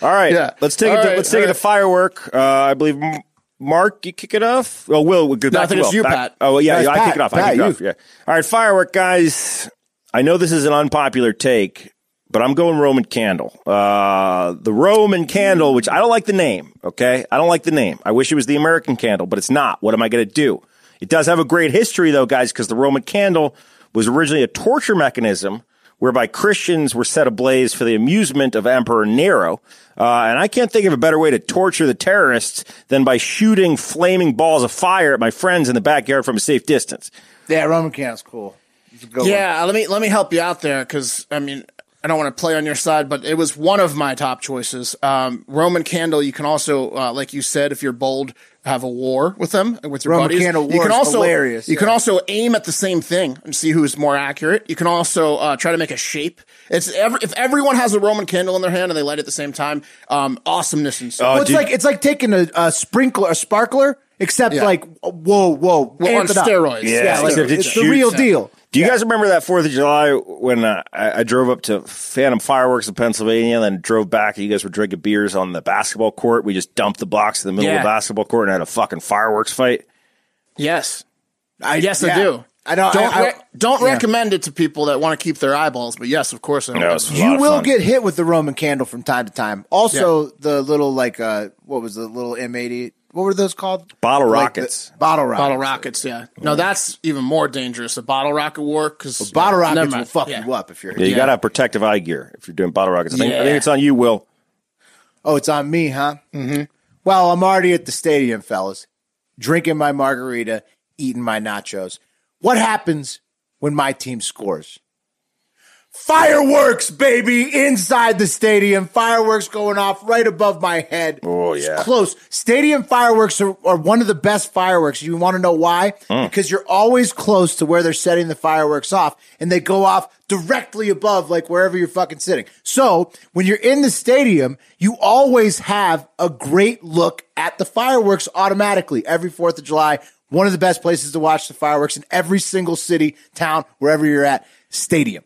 Speaker 5: All right.
Speaker 4: Yeah.
Speaker 5: Let's take
Speaker 4: All
Speaker 5: it. To,
Speaker 4: right,
Speaker 5: let's take
Speaker 4: all
Speaker 5: it to
Speaker 4: right.
Speaker 5: firework. Uh, I believe M- Mark, you kick it off. Oh, Will, we go back
Speaker 4: I think
Speaker 5: to
Speaker 4: it's
Speaker 5: Will.
Speaker 4: you,
Speaker 5: Back-
Speaker 4: Pat.
Speaker 5: Oh, well, yeah,
Speaker 3: No, it's
Speaker 5: yeah, I
Speaker 3: Pat.
Speaker 5: kick it off. I
Speaker 3: Pat,
Speaker 5: kick it
Speaker 3: you.
Speaker 5: off. Yeah. All right, firework guys. I know this is an unpopular take, but I'm going Roman Candle. Uh, the Roman Candle, which I don't like the name. Okay, I don't like the name. I wish it was the American Candle, but it's not. What am I going to do? It does have a great history though, guys, because the Roman Candle was originally a torture mechanism whereby Christians were set ablaze for the amusement of Emperor Nero. Uh, and I can't think of a better way to torture the terrorists than by shooting flaming balls of fire at my friends in the backyard from a safe distance.
Speaker 3: Yeah, Roman candle's cool. It's a good one.
Speaker 4: Yeah, let me let me help you out there because I mean, I don't want to play on your side, but it was one of my top choices. Um, Roman Candle, you can also, uh, like you said, if you're bold, have a war with them uh, with your
Speaker 3: Roman
Speaker 4: buddies.
Speaker 3: Candle
Speaker 4: you
Speaker 3: war
Speaker 4: can
Speaker 3: is
Speaker 4: also
Speaker 3: hilarious,
Speaker 4: you
Speaker 3: yeah.
Speaker 4: can also aim at the same thing and see who's more accurate. You can also uh, try to make a shape. It's every, if everyone has a Roman candle in their hand and they light it at the same time, um, awesomeness ensues.
Speaker 5: Oh,
Speaker 3: Well, it's
Speaker 5: dude.
Speaker 3: like it's like taking a, a sprinkler, a sparkler, except
Speaker 4: Yeah.
Speaker 3: like whoa, whoa,
Speaker 4: Well, on
Speaker 3: amp it up.
Speaker 4: steroids.
Speaker 5: Yeah,
Speaker 3: Yeah, like,
Speaker 5: Except it
Speaker 3: it's the
Speaker 5: shoots.
Speaker 3: real deal.
Speaker 5: Do you guys remember that Fourth of July when uh, I, I drove up to Phantom Fireworks in Pennsylvania, and then drove back, and you guys were drinking beers on the basketball court? We just dumped the box in the middle of
Speaker 4: Yeah.
Speaker 5: the basketball court and had a fucking fireworks fight.
Speaker 4: Yes, I yes
Speaker 3: yeah.
Speaker 4: I do.
Speaker 3: I don't-
Speaker 4: Don't,
Speaker 3: I- I-
Speaker 4: re- don't recommend it to people that want to keep their eyeballs, but yes, of course I
Speaker 5: No,
Speaker 4: don't.
Speaker 5: it's a lot
Speaker 3: You
Speaker 5: of
Speaker 3: will
Speaker 5: fun.
Speaker 3: get hit with the Roman candle from time to time. Also, the little like uh, what was the little M eighty? What were those called?
Speaker 5: Bottle
Speaker 3: Like the-
Speaker 5: rockets.
Speaker 3: bottle rockets.
Speaker 4: Bottle rockets, yeah. No, that's even more dangerous. A bottle rocket war, because
Speaker 3: Bottle rockets will fuck you up if you're.
Speaker 5: Yeah, you
Speaker 4: Yeah.
Speaker 5: gotta have protective eye gear if you're doing bottle rockets. I think, I
Speaker 4: Yeah.
Speaker 5: think it's on you, Will.
Speaker 3: Oh, it's on me, huh? Mm-hmm. Well, I'm already at the stadium, fellas, drinking my margarita, eating my nachos. What happens when my team scores? Fireworks, baby, inside the stadium. Fireworks going off right above my head.
Speaker 5: Oh,
Speaker 3: It's
Speaker 5: yeah.
Speaker 3: close. Stadium fireworks are, are one of the best fireworks. You want to know why?
Speaker 5: Hmm.
Speaker 3: Because you're always close to where they're setting the fireworks off and they go off directly above, like wherever you're fucking sitting. So when you're in the stadium, you always have a great look at the fireworks automatically every 4th of July. One of the best places to watch the fireworks in every single city, town, wherever you're at, stadium.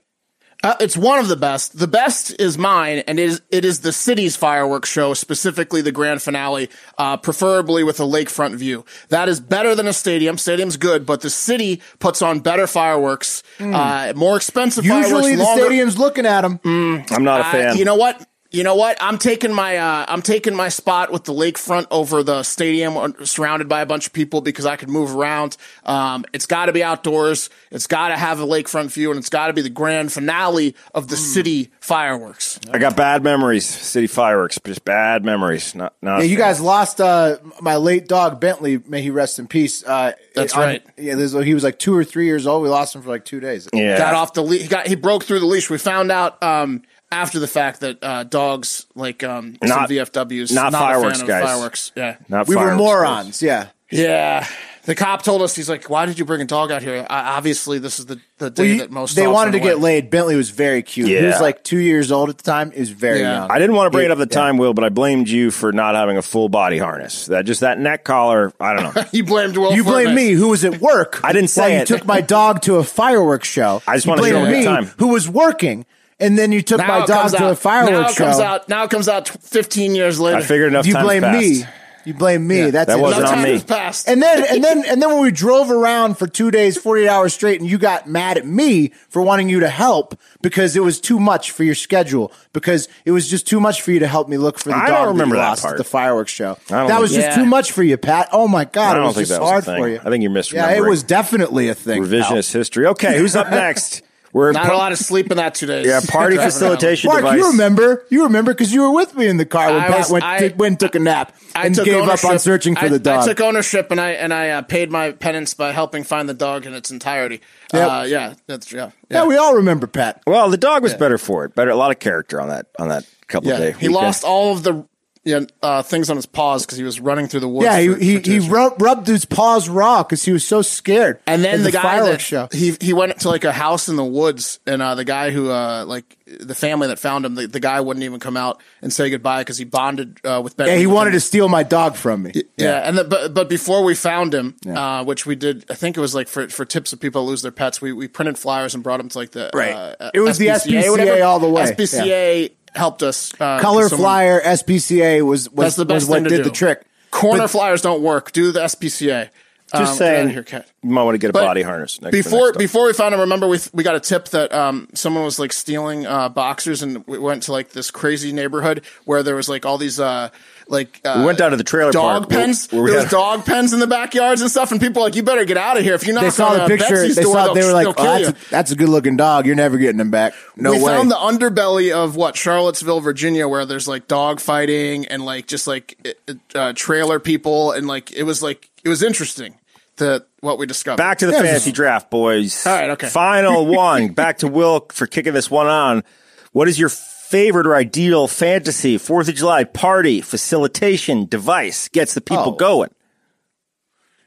Speaker 4: Uh, it's one of the best. The best is mine, and it is it is the city's fireworks show, specifically the grand finale, uh, preferably with a lakefront view. That is better than a stadium. Stadium's good, but the city puts on better fireworks, uh, more expensive fireworks.
Speaker 3: Hmm. Usually the
Speaker 4: longer- Mm-hmm.
Speaker 3: stadium's looking at them.
Speaker 5: I'm not a fan.
Speaker 4: I- you know what? You know what? I'm taking my uh, I'm taking my spot with the lakefront over the stadium, uh, surrounded by a bunch of people because I could move around. Um, it's got to be outdoors. It's got to have a lakefront view, and it's got to be the grand finale of
Speaker 3: Hmm.
Speaker 4: the city fireworks.
Speaker 5: I got bad memories. City fireworks, just bad memories. Not, not.
Speaker 3: Yeah, you guys lost uh, my late dog Bentley. May he rest in peace. Uh,
Speaker 4: That's
Speaker 3: on-
Speaker 4: right.
Speaker 3: Yeah, this, he was like two or three years old. We lost him for like two days.
Speaker 5: Yeah.
Speaker 4: Got off the leash. He got he broke through the leash. We found out um, after the fact that uh, dogs like um,
Speaker 5: Not-
Speaker 4: some VFWs
Speaker 5: not
Speaker 4: a fan
Speaker 5: fireworks,
Speaker 4: of
Speaker 5: guys.
Speaker 4: Fireworks, yeah.
Speaker 5: Not
Speaker 3: we were
Speaker 5: fireworks.
Speaker 3: morons. Yeah.
Speaker 4: Yeah. The cop told us, he's like, why did you bring a dog out here? I, obviously, this is the, the day
Speaker 3: You-
Speaker 4: that most
Speaker 3: they
Speaker 4: dogs
Speaker 3: wanted to
Speaker 4: run
Speaker 3: get
Speaker 4: away.
Speaker 3: laid. Bentley was very cute. He was
Speaker 5: Yeah.
Speaker 3: like two years old at the time. He was very
Speaker 4: Yeah.
Speaker 3: young.
Speaker 5: I didn't want to bring it up at the time, Will, but I blamed you for not having a full body harness. That just that neck collar. I don't know.
Speaker 4: You blamed Will.
Speaker 3: you
Speaker 4: for
Speaker 3: blame
Speaker 4: this.
Speaker 3: me, who was at work.
Speaker 5: I didn't say
Speaker 3: while you
Speaker 5: it.
Speaker 3: took my dog to a fireworks show.
Speaker 5: I just
Speaker 3: You
Speaker 5: wanted to
Speaker 3: blame
Speaker 5: show him
Speaker 3: me,
Speaker 5: the time.
Speaker 3: who was working, and then you took
Speaker 4: Now
Speaker 3: my
Speaker 4: it
Speaker 3: dog
Speaker 4: comes
Speaker 3: to
Speaker 4: out.
Speaker 3: a fireworks
Speaker 4: now it comes
Speaker 3: show.
Speaker 4: out. Now it comes out. tw- Fifteen years later,
Speaker 5: I figured enough
Speaker 3: you
Speaker 5: time
Speaker 3: blame
Speaker 5: passed.
Speaker 3: me. You blame me. That's
Speaker 5: That
Speaker 3: it.
Speaker 5: wasn't
Speaker 4: no
Speaker 5: on
Speaker 4: time
Speaker 5: me.
Speaker 4: has passed.
Speaker 3: And then and then and then when we drove around for two days, forty-eight hours straight, and you got mad at me for wanting you to help because it was too much for your schedule because it was just too much for you to help me look for the
Speaker 5: I
Speaker 3: dog
Speaker 5: don't
Speaker 3: you
Speaker 5: remember that
Speaker 3: lost at
Speaker 5: part.
Speaker 3: the fireworks show.
Speaker 5: don't
Speaker 3: That was
Speaker 4: think-
Speaker 3: just
Speaker 4: Yeah.
Speaker 3: too much for you, Pat. Oh my
Speaker 5: I
Speaker 3: god, it
Speaker 5: don't
Speaker 3: was
Speaker 5: think
Speaker 3: just
Speaker 5: that was
Speaker 3: hard
Speaker 5: a thing.
Speaker 3: for you.
Speaker 5: I think you're
Speaker 3: yeah, it
Speaker 5: misremembering.
Speaker 3: was definitely a thing. pal.
Speaker 5: Revisionist history. Okay, who's up next? We're
Speaker 4: Not a lot of sleep in that two days.
Speaker 5: yeah party
Speaker 4: Driving around.
Speaker 5: facilitation
Speaker 3: Mark,
Speaker 5: device.
Speaker 3: you remember? You remember because you were with me in the car when
Speaker 4: I
Speaker 3: Pat
Speaker 4: was-
Speaker 3: went,
Speaker 4: I-
Speaker 3: did- went and took a nap
Speaker 4: I
Speaker 3: and
Speaker 4: took
Speaker 3: gave up
Speaker 4: ownership-
Speaker 3: on searching for
Speaker 4: I-
Speaker 3: the dog.
Speaker 4: I took ownership and I and I uh, paid my penance by helping find the dog in its entirety. Uh, yeah, that's yeah.
Speaker 3: yeah, we all remember Pat.
Speaker 5: Well, the dog was better for it. Better, a lot of character on that on that couple
Speaker 4: yeah.
Speaker 5: day.
Speaker 4: He
Speaker 5: weekend.
Speaker 4: lost all of the yeah, uh, things on his paws because he was running through the woods.
Speaker 3: Yeah, he
Speaker 4: for-
Speaker 3: he,
Speaker 4: for two
Speaker 3: he rubbed, rubbed his paws raw because he was so scared.
Speaker 4: And then
Speaker 3: at
Speaker 4: the, guy that
Speaker 3: fireworks show.
Speaker 4: he he went to like a house in the woods, and uh, the guy who uh, like the family that found him, the, the guy wouldn't even come out and say goodbye because he bonded uh, with Ben.
Speaker 3: Yeah, he wanted to steal my dog from me.
Speaker 4: Yeah, and the, but but before we found him, uh, which we did, I think it was like for, for tips of people who lose their pets, we, we printed flyers and brought them to like the
Speaker 3: Right.
Speaker 4: Uh,
Speaker 3: It was the SPCA all the way.
Speaker 4: SPCA helped us uh,
Speaker 3: Color
Speaker 4: someone-
Speaker 3: flyer SPCA was was,
Speaker 4: That's the best
Speaker 3: was what
Speaker 4: thing to
Speaker 3: did
Speaker 4: do.
Speaker 3: the trick.
Speaker 4: Corner flyers don't work. Do the SPCA.
Speaker 5: Just
Speaker 4: Um, get outta
Speaker 5: saying,
Speaker 4: here, Kat.
Speaker 5: you might want to get a
Speaker 4: But
Speaker 5: body harness next
Speaker 4: before
Speaker 5: for next
Speaker 4: before we found him. Remember, we we got a tip that um someone was like stealing uh boxers, and we went to like this crazy neighborhood where there was like all these uh like uh,
Speaker 5: We went down to the trailer
Speaker 4: dog
Speaker 5: park where-
Speaker 4: pens.
Speaker 5: where we
Speaker 4: there was
Speaker 5: had-
Speaker 4: dog pens in the backyards and stuff, and people were like you better get out of here if you're not.
Speaker 3: They saw
Speaker 4: on
Speaker 3: the
Speaker 4: uh,
Speaker 3: picture.
Speaker 4: Betsy's
Speaker 3: they
Speaker 4: door,
Speaker 3: saw.
Speaker 4: they'll-
Speaker 3: They were like,
Speaker 4: they'll
Speaker 3: "Oh,
Speaker 4: kill
Speaker 3: that's
Speaker 4: you."
Speaker 3: a, that's a good looking dog. You're never getting him back. No
Speaker 4: we
Speaker 3: way."
Speaker 4: found the underbelly of what Charlottesville, Virginia, where there's like dog fighting and like just like it- it, uh, trailer people, and like it was like it was interesting that what we discovered.
Speaker 5: Back to the fantasy draft, boys.
Speaker 4: All right, okay.
Speaker 5: Final one. Back to Will for kicking this one on. What is your favorite or ideal fantasy Fourth of July party facilitation device gets the people
Speaker 3: Oh.
Speaker 5: going?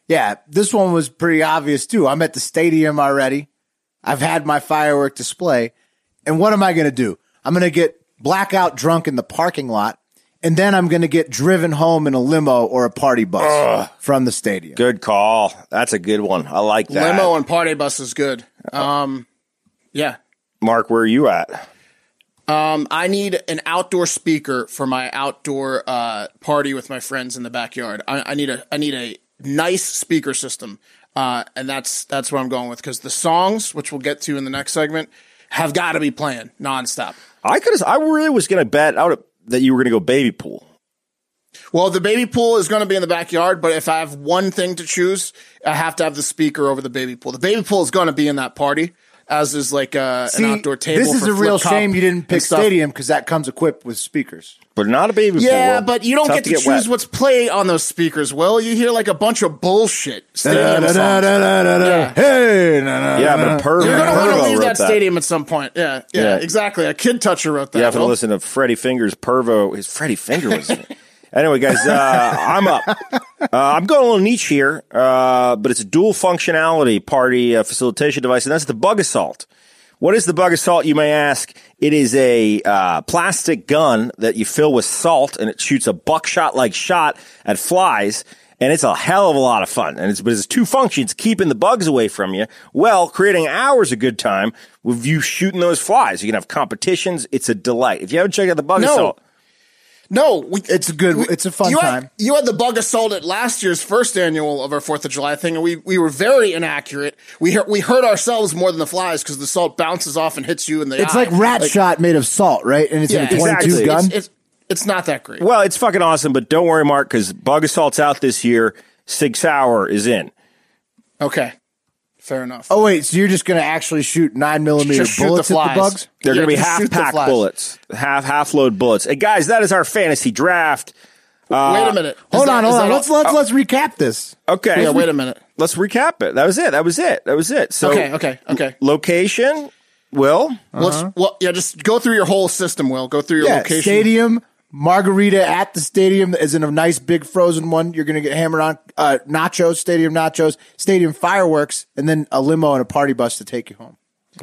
Speaker 3: Yeah, this one was pretty obvious too. I'm at the stadium already. I've had my firework display. And what am I going to do? I'm going to get blackout drunk in the parking lot. And then I'm going to get driven home in a limo or a party bus from the stadium.
Speaker 5: Good call. That's a good one. I like that.
Speaker 4: Limo and party bus is good. Um, yeah.
Speaker 5: Mark, where are you at?
Speaker 4: Um, I need an outdoor speaker for my outdoor uh, party with my friends in the backyard. I, I need a I need a nice speaker system, uh, and that's that's what I'm going with because the songs, which we'll get to in the next segment, have got to be playing nonstop.
Speaker 5: I could. I really was going to bet out that you were going to go baby pool.
Speaker 4: Well, the baby pool is going to be in the backyard, but if I have one thing to choose, I have to have the speaker over the baby pool. The baby pool is going to be in that party, as is like uh,
Speaker 3: See,
Speaker 4: an outdoor table.
Speaker 3: This is
Speaker 4: for
Speaker 3: a real
Speaker 4: flip cup
Speaker 3: shame you didn't
Speaker 4: and
Speaker 3: pick
Speaker 4: stuff.
Speaker 3: stadium because that comes equipped with speakers.
Speaker 5: But not a baby pool.
Speaker 4: Yeah,
Speaker 5: Will.
Speaker 4: but you don't
Speaker 5: Tough
Speaker 4: get to, choose
Speaker 5: wet.
Speaker 4: what's played on those speakers, Will. You hear like a bunch of bullshit. Stadium songs. Yeah.
Speaker 3: Hey, na, na,
Speaker 5: Yeah,
Speaker 3: na,
Speaker 5: but
Speaker 3: na.
Speaker 5: Pervo,
Speaker 4: Uh, You're gonna want
Speaker 5: Pervo
Speaker 4: to leave
Speaker 5: wrote
Speaker 4: that,
Speaker 5: that.
Speaker 4: stadium at some point. Yeah, yeah,
Speaker 5: Yeah.
Speaker 4: exactly. A kid toucher wrote that.
Speaker 5: You have to
Speaker 4: Will.
Speaker 5: listen to Freddie Fingers Pervo. His Freddie Finger was. anyway, guys, uh, I'm up. Uh, I'm going a little niche here, uh, but it's a dual functionality party uh, facilitation device, and that's the Bug Assault. What is the Bug Assault? You may ask. It is a uh, plastic gun that you fill with salt, and it shoots a buckshot like shot at flies. And it's a hell of a lot of fun. And it's, but it's two functions, keeping the bugs away from you. Well, creating hours a good time with you shooting those flies. You can have competitions. It's a delight. If you haven't checked out the bug
Speaker 4: No.
Speaker 5: assault,
Speaker 4: No, we,
Speaker 3: It's a good- it's a fun
Speaker 4: you
Speaker 3: time.
Speaker 4: Had, you had the bug assault at last year's first annual of our Fourth of July thing, and we we were very inaccurate. We hurt, we hurt ourselves more than the flies because the salt bounces off and hits you in the.
Speaker 3: It's
Speaker 4: eye.
Speaker 3: like rat shot made of salt, right? And it's in a
Speaker 4: Yeah,
Speaker 3: 22
Speaker 5: exactly.
Speaker 3: gun.
Speaker 4: It's, it's it's not that great.
Speaker 5: Well, it's fucking awesome, but don't worry, Mark, because Bug Assault's out this year. Six Hour is in.
Speaker 4: Okay, fair enough.
Speaker 3: oh, wait. So you're just going to actually shoot 9 millimeter
Speaker 4: Just shoot the
Speaker 3: bullets at
Speaker 4: flies.
Speaker 3: the bugs?
Speaker 5: They're
Speaker 4: Yeah,
Speaker 5: going to be
Speaker 4: just shoot
Speaker 5: half
Speaker 4: the
Speaker 5: pack
Speaker 4: flies.
Speaker 5: bullets, half half load bullets. And guys, that is our fantasy draft.
Speaker 4: wait a Oh. minute. Is
Speaker 3: Hold
Speaker 4: that-
Speaker 3: on,
Speaker 4: is
Speaker 3: hold
Speaker 4: that
Speaker 3: on.
Speaker 4: all-
Speaker 3: Let's let's let's recap this.
Speaker 5: Okay,
Speaker 4: Yeah, wait a minute.
Speaker 5: Let's recap it. That was it. That was it. That was it. So
Speaker 4: Okay, okay, okay.
Speaker 5: Location, Will.
Speaker 4: Let's well, yeah, just go through your whole system. Will go through your
Speaker 3: Uh-huh. Yeah,
Speaker 4: location.
Speaker 3: stadium margarita at the stadium is in a nice big frozen one. You're gonna get hammered on uh, nachos, stadium nachos, stadium fireworks, and then a limo and a party bus to take you home.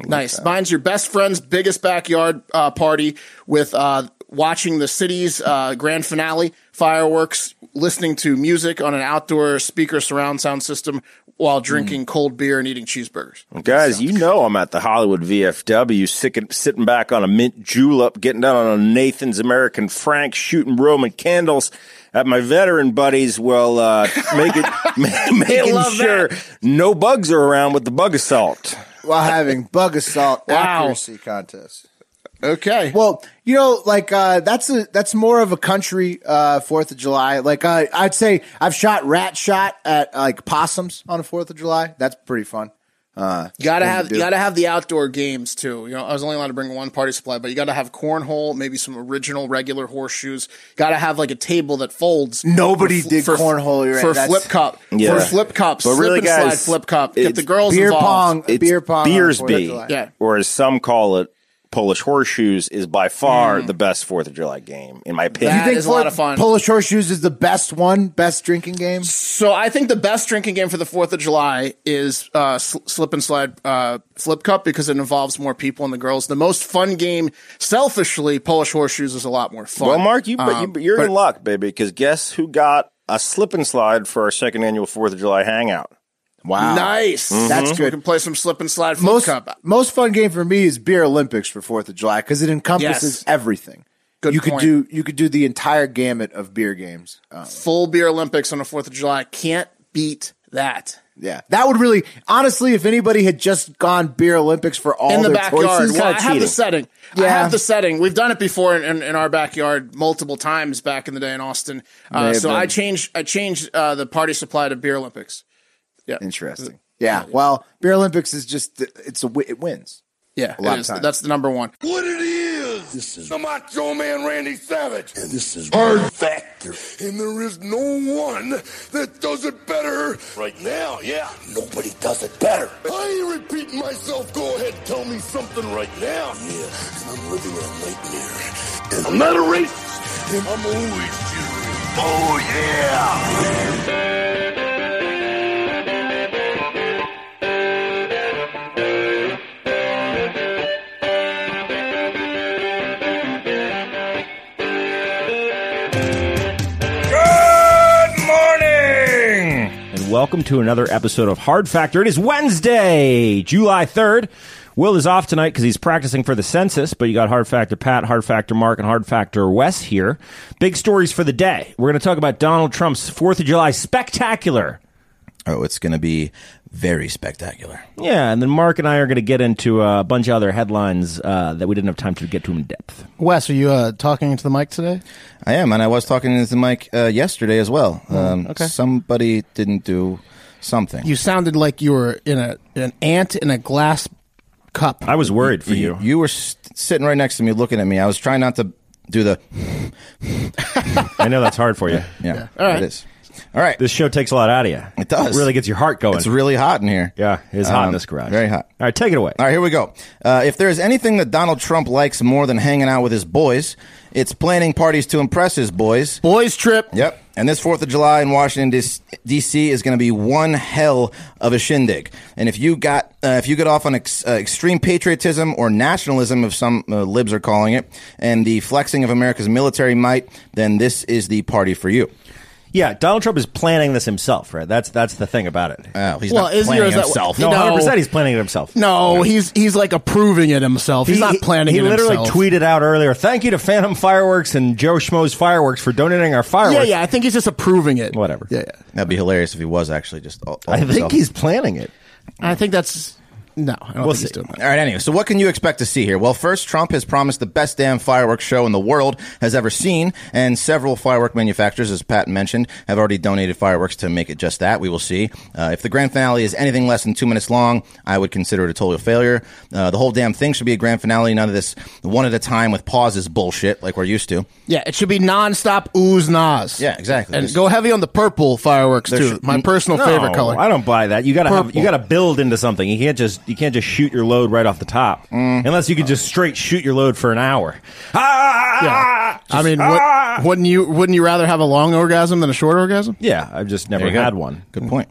Speaker 4: Nice. Mine's your best friend's biggest backyard uh, party with uh, watching the city's uh, grand finale, fireworks, listening to music on an outdoor speaker surround sound system while drinking cold beer and eating cheeseburgers.
Speaker 5: Guys, you know I'm at the Hollywood VFW, sitting, sitting back on a mint julep, getting down on a Nathan's American Frank, shooting Roman candles at my veteran buddies. Well, uh, making ma- making
Speaker 4: love
Speaker 5: sure no bugs are around with the bug assault.
Speaker 3: While having bug assault
Speaker 4: Wow.
Speaker 3: accuracy contest.
Speaker 4: Okay.
Speaker 3: Well, you know, like uh, that's a that's more of a country uh, Fourth of July. Like uh, I'd say, I've shot rat shot at like possums on a Fourth of July. That's pretty fun.
Speaker 4: you gotta have
Speaker 3: do.
Speaker 4: you gotta have the outdoor games too. You know, I was only allowed to bring one party supply, but you gotta have cornhole, maybe some original regular horseshoes. Gotta have like a table that folds.
Speaker 3: Nobody
Speaker 4: fl-
Speaker 3: did cornhole, you're
Speaker 4: for
Speaker 3: right. That's-
Speaker 4: flip cup.
Speaker 5: Yeah.
Speaker 4: For flip cup,
Speaker 5: But
Speaker 4: slip
Speaker 5: really,
Speaker 4: and slide
Speaker 5: guys,
Speaker 4: flip cup. Get
Speaker 5: it's
Speaker 4: the girls
Speaker 3: Beer
Speaker 4: involved.
Speaker 3: pong,
Speaker 5: It's
Speaker 3: beer pong, on the Fourth of July.
Speaker 5: Beersby,
Speaker 4: Yeah.
Speaker 5: or as some call it, Polish Horseshoes, is by far
Speaker 3: Mm.
Speaker 5: the best Fourth of July game, in my opinion.
Speaker 4: That
Speaker 3: think
Speaker 4: is a lot
Speaker 3: Fort-
Speaker 4: of fun.
Speaker 3: Polish horseshoes is the best one, best drinking game.
Speaker 4: So I think the best drinking game for the Fourth of July is uh, sl- slip and slide uh, flip cup because it involves more people and the girls. The most fun game, selfishly, Polish horseshoes is a lot more fun. Um,
Speaker 5: Well, Mark, you,
Speaker 3: Um,
Speaker 5: but you, but you're in luck, baby, because guess who got a slip and slide for our second annual Fourth of July hangout?
Speaker 3: Wow,
Speaker 4: nice.
Speaker 3: That's
Speaker 4: We
Speaker 3: good.
Speaker 4: can play some slip and slide flip
Speaker 3: most
Speaker 4: cup.
Speaker 3: most fun game for me is beer Olympics for Fourth of July because it encompasses
Speaker 4: Yes.
Speaker 3: everything.
Speaker 4: Good
Speaker 3: you could
Speaker 4: point.
Speaker 3: do you could do the entire gamut of beer games. Um,
Speaker 4: Full beer Olympics on the Fourth of July can't beat that.
Speaker 3: yeah, that would really honestly, if anybody had just gone beer Olympics for all
Speaker 4: in the
Speaker 3: their
Speaker 4: backyard.
Speaker 3: choices,
Speaker 4: Well, I have the setting. I
Speaker 3: Yeah.
Speaker 4: have the setting. We've done it before in, in, in our backyard multiple times back in the day in Austin. Uh, so I changed I changed uh, the party supply to beer Olympics.
Speaker 3: interesting. Yeah, well, beer Olympics is just it's a wi- it wins.
Speaker 4: Yeah,
Speaker 3: lot
Speaker 4: it
Speaker 3: of
Speaker 4: is.
Speaker 3: times.
Speaker 4: That's the number one.
Speaker 2: What it is. This is the Macho Man Randy Savage. And this is Hard Factor. And there is no one that does it better. Right now, yeah. Nobody does it better. I ain't repeating myself. Go ahead, tell me something right now. Yeah, and I'm living in a nightmare. And I'm not a racist. And I'm always cheering. Oh, yeah.
Speaker 5: and welcome to another episode of Hard Factor. It is Wednesday, July 3rd. Will is off tonight because he's practicing for the census, but you got Hard Factor Pat, Hard Factor Mark, and Hard Factor Wes here. Big stories for the day. We're going to talk about Donald Trump's 4th of July spectacular.
Speaker 1: Oh, it's going to be very spectacular.
Speaker 5: Yeah, and then Mark and I are going to get into uh, a bunch of other headlines uh, that we didn't have time to get to in depth.
Speaker 6: Wes, are you uh, talking into the mic today?
Speaker 1: I am, and I was talking to the mic uh, yesterday as well. Um,
Speaker 6: okay.
Speaker 1: Somebody didn't do something.
Speaker 6: You sounded like you were in a an ant in a glass cup.
Speaker 5: I was worried for you.
Speaker 1: you, you were s- sitting right next to me, looking at me. I was trying not to do the.
Speaker 5: I know that's hard for you.
Speaker 1: Yeah, All right. it is. All right,
Speaker 5: This show takes a lot out of you.
Speaker 1: It does.
Speaker 5: It really gets your heart going.
Speaker 1: it's really hot in here.
Speaker 5: yeah, it's hot
Speaker 1: Um,
Speaker 5: in this garage.
Speaker 1: Very hot.
Speaker 5: All right, take it away.
Speaker 1: All right, here we go. Uh, if there's anything that Donald Trump likes more than hanging out with his boys, it's planning parties to impress his boys.
Speaker 6: Boys trip.
Speaker 1: Yep. And this 4th of July in Washington, D.C. is going to be one hell of a shindig. And if you got, uh, if you get off on ex- uh, extreme patriotism or nationalism, if some uh, libs are calling it, and the flexing of America's military might, then this is the party for you.
Speaker 5: Yeah, Donald Trump is planning this himself, right? That's that's the thing about it.
Speaker 1: Oh, he's
Speaker 6: Well,
Speaker 1: not
Speaker 6: is he or
Speaker 1: planning
Speaker 6: is that-
Speaker 1: himself.
Speaker 5: no,
Speaker 6: no.
Speaker 5: 100% he's planning it himself.
Speaker 6: No, he's he's like approving it himself. He's
Speaker 5: He-
Speaker 6: not planning
Speaker 5: He
Speaker 6: it
Speaker 5: literally
Speaker 6: himself.
Speaker 5: tweeted out earlier, "Thank you to Phantom Fireworks and Joe Schmo's Fireworks for donating our fireworks."
Speaker 6: Yeah, yeah. I think he's just approving it.
Speaker 5: Whatever.
Speaker 6: Yeah, yeah.
Speaker 1: That'd be hilarious if he was actually just. All, all
Speaker 5: I think
Speaker 1: himself.
Speaker 5: he's planning it.
Speaker 6: I think that's no. I don't think he's doing that.
Speaker 1: All right, anyway, so what can you expect to see here? Well, first, Trump has promised the best damn fireworks show in the world has ever seen, and several firework manufacturers, as Pat mentioned, have already donated fireworks to make it just that. We will see. Uh, if the grand finale is anything less than two minutes long, I would consider it a total failure. Uh, the whole damn thing should be a grand finale, none of this one at a time with pauses bullshit like we're used to.
Speaker 6: Yeah, it should be nonstop ooze nas.
Speaker 1: Yeah, exactly.
Speaker 6: And go heavy on the purple fireworks
Speaker 1: There
Speaker 6: too.
Speaker 1: should-
Speaker 6: my personal favorite color.
Speaker 5: I don't buy that. You gotta have,
Speaker 6: Purple.
Speaker 5: you gotta build into something. You can't just you can't just shoot your load right off the top,
Speaker 6: Mm.
Speaker 5: unless you could just straight shoot your load for an hour. Ah,
Speaker 6: Yeah. I mean,
Speaker 5: Just-
Speaker 6: would-
Speaker 5: ah!
Speaker 6: wouldn't you wouldn't you rather have a long orgasm than a short orgasm?
Speaker 5: yeah, I've just never
Speaker 1: There you go.
Speaker 5: had one.
Speaker 1: Good point.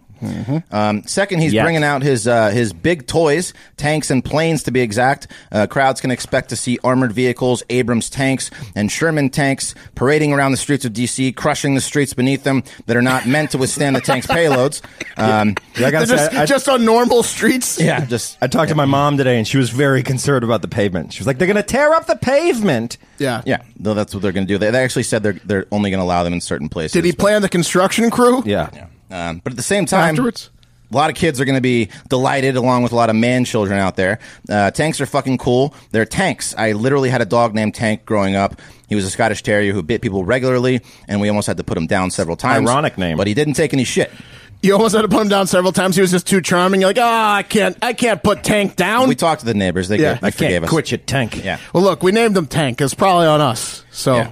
Speaker 1: Um, second, he's
Speaker 5: Yet.
Speaker 1: bringing out his uh, his big toys, tanks and planes to be exact. Uh, crowds can expect to see armored vehicles, Abrams tanks, and Sherman tanks parading around the streets of D.C., crushing the streets beneath them that are not meant to withstand the tanks' payloads. Um,
Speaker 5: Like I, said,
Speaker 6: just,
Speaker 5: I,
Speaker 6: just on normal streets.
Speaker 1: yeah, just
Speaker 5: I talked to my mom today, and she was very concerned about the pavement. She was like, "They're gonna tear up the pavement."
Speaker 6: Yeah.
Speaker 1: yeah. No, that's what they're going to do. They, they actually said they're they're only going to allow them in certain places.
Speaker 6: Did he plan the construction crew?
Speaker 5: Yeah.
Speaker 1: Um, but at the same time,
Speaker 6: Afterwards?
Speaker 1: a lot of kids are going to be delighted, along with a lot of man children out there. Uh, tanks are fucking cool. They're tanks. I literally had a dog named Tank growing up. He was a Scottish Terrier who bit people regularly, and we almost had to put him down several times.
Speaker 5: Ironic name.
Speaker 1: but he didn't take any shit.
Speaker 6: You almost had to put him down several times. He was just too charming. You're like, ah, I can't, I can't put Tank down.
Speaker 1: We talked to the neighbors. They,
Speaker 6: Yeah.
Speaker 1: they
Speaker 6: I
Speaker 5: Can't
Speaker 1: forgave us.
Speaker 5: quit your tank.
Speaker 1: Yeah.
Speaker 6: well, look, we named him Tank. It's probably on us. So
Speaker 1: Yeah.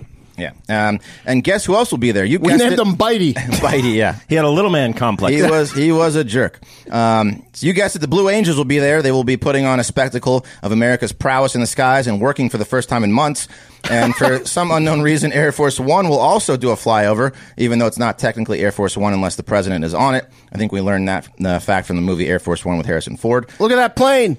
Speaker 1: Yeah. Um, and guess who else will be there? You
Speaker 6: we
Speaker 1: guessed
Speaker 6: named
Speaker 1: it.
Speaker 6: him Bitey.
Speaker 1: Bitey. Yeah.
Speaker 5: He had a little man complex.
Speaker 1: He was he was a jerk. Um, so you guessed it. The Blue Angels will be there. They will be putting on a spectacle of America's prowess in the skies and working for the first time in months. And for some unknown reason, Air Force One will also do a flyover, even though it's not technically Air Force One unless the president is on it. I think we learned that uh, fact from the movie Air Force One with Harrison Ford.
Speaker 6: Look at that plane.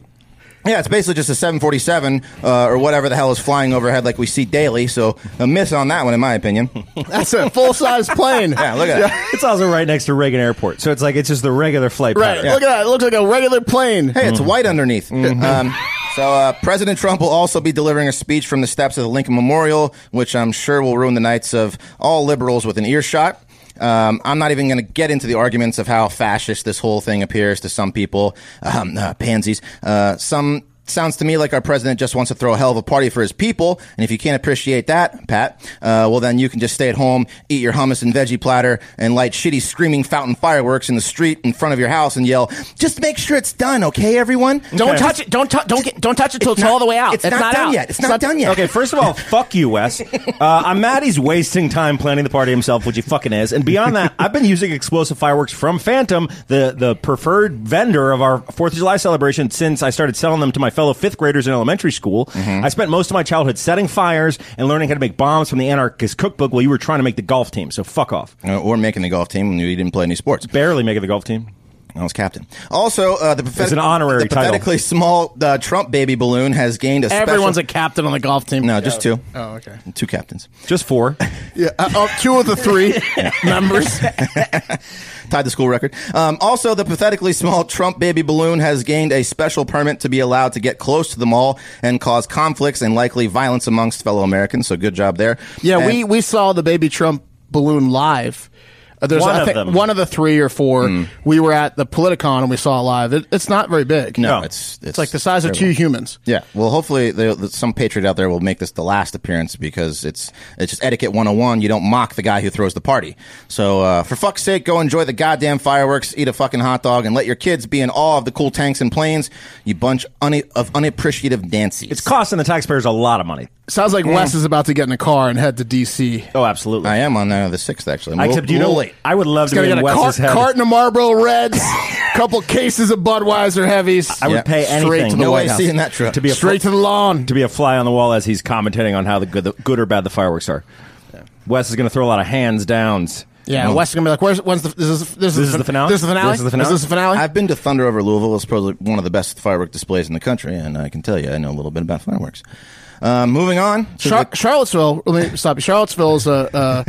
Speaker 1: Yeah, it's basically just a 747 uh, or whatever the hell is flying overhead like we see daily. So a miss on that one, in my opinion.
Speaker 6: That's a full size plane.
Speaker 1: Yeah, look at that.
Speaker 5: It's also right next to Reagan Airport, so it's like it's just the regular flight
Speaker 6: Right.
Speaker 5: pattern.
Speaker 6: Look at that. It looks like a regular plane.
Speaker 1: Hey, it's white underneath. Um, so uh, President Trump will also be delivering a speech from the steps of the Lincoln Memorial, which I'm sure will ruin the nights of all liberals with an earshot. Um, I'm not even going to get into the arguments of how fascist this whole thing appears to some people, um, uh, pansies. Uh, some sounds to me like our president just wants to throw a hell of a party for his people. And if you can't appreciate that, Pat, uh, well, then you can just stay at home, eat your hummus and veggie platter, and light shitty screaming fountain fireworks in the street in front of your house and yell, just make sure it's done, okay, everyone?
Speaker 7: Don't touch it. Don't touch. Don't get. Don't touch it till it's, all the way out.
Speaker 1: It's, not, done
Speaker 7: out.
Speaker 1: yet. It's, not, done yet.
Speaker 5: Okay, first of all, fuck you, Wes. Uh, I'm mad he's wasting time planning the party himself, which he fucking is. And beyond that, I've been using explosive fireworks from Phantom, the the preferred vendor of our Fourth of July celebration, since I started selling them to my fellow fifth graders in elementary school.
Speaker 4: Mm-hmm.
Speaker 5: I spent most of my childhood setting fires and learning how to make bombs from the anarchist cookbook while you were trying to make the golf team. So fuck off.
Speaker 1: Uh, Or making the golf team when you didn't play any sports.
Speaker 5: Barely making the golf team.
Speaker 1: I was captain. Also, uh, the pathetic,
Speaker 5: It's an honorary
Speaker 1: the
Speaker 5: title.
Speaker 1: pathetically small uh, Trump baby balloon has gained a
Speaker 7: Everyone's
Speaker 1: special.
Speaker 7: a captain on the golf team.
Speaker 1: no, just two.
Speaker 4: Oh, okay.
Speaker 1: Two captains.
Speaker 5: Just four.
Speaker 4: Yeah, uh, oh, two of the three.
Speaker 7: members.
Speaker 1: tied the school record. Um, also, the pathetically small Trump baby balloon has gained a special permit to be allowed to get close to the mall and cause conflicts and likely violence amongst fellow Americans. So good job there.
Speaker 7: Yeah,
Speaker 1: And-
Speaker 4: we we saw the baby Trump balloon live. Uh, there's
Speaker 5: One
Speaker 4: I
Speaker 5: of
Speaker 4: think,
Speaker 5: them. Hmm.
Speaker 4: one of the three or four. We were at the Politicon and we saw it live. It, it's not very big.
Speaker 1: No,
Speaker 5: No.
Speaker 1: it's,
Speaker 4: it's like the size of two
Speaker 1: terrible.
Speaker 4: humans.
Speaker 1: Yeah. Well, hopefully, there, that some patriot out there will make this the last appearance because it's it's just etiquette 101. You don't mock the guy who throws the party. So, uh, for fuck's sake, go enjoy the goddamn fireworks, eat a fucking hot dog, and let your kids be in awe of the cool tanks and planes. You bunch une- of unappreciative Nancy's.
Speaker 5: It's costing the taxpayers a lot of money.
Speaker 4: Sounds like Wes is about to get in a car and head to DC.
Speaker 5: Oh, absolutely.
Speaker 1: I am on uh, the sixth actually. I'm a
Speaker 5: Except
Speaker 1: little-
Speaker 5: you know,
Speaker 1: little late.
Speaker 5: I would love to
Speaker 4: Gonna
Speaker 5: be
Speaker 4: get
Speaker 5: in
Speaker 4: a
Speaker 5: Wes's
Speaker 4: cart,
Speaker 5: head.
Speaker 4: carton of Marlboro Reds, couple cases of Budweiser heavies.
Speaker 5: I would
Speaker 1: Yeah.
Speaker 5: pay
Speaker 4: Straight
Speaker 5: anything
Speaker 4: to the
Speaker 1: No
Speaker 4: White
Speaker 1: way
Speaker 4: House.
Speaker 1: seeing that trip.
Speaker 5: to be a
Speaker 4: straight to the lawn.
Speaker 5: to be a fly on the wall as he's commentating on how the good, the good or bad the fireworks are. Wes is going to throw a lot of hands downs. Mm.
Speaker 4: Yeah, Wes is gonna be like, "Where's when's the this is this,
Speaker 5: is the finale?
Speaker 4: This is the finale.
Speaker 5: This is the finale?
Speaker 4: Is this the finale?
Speaker 1: I've been to Thunder over Louisville. It's probably one of the best firework displays in the country, and I can tell you, I know a little bit about fireworks. Uh, moving on. to
Speaker 4: Char-
Speaker 1: the-
Speaker 4: Charlottesville. Let me stop you. Charlottesville is a uh,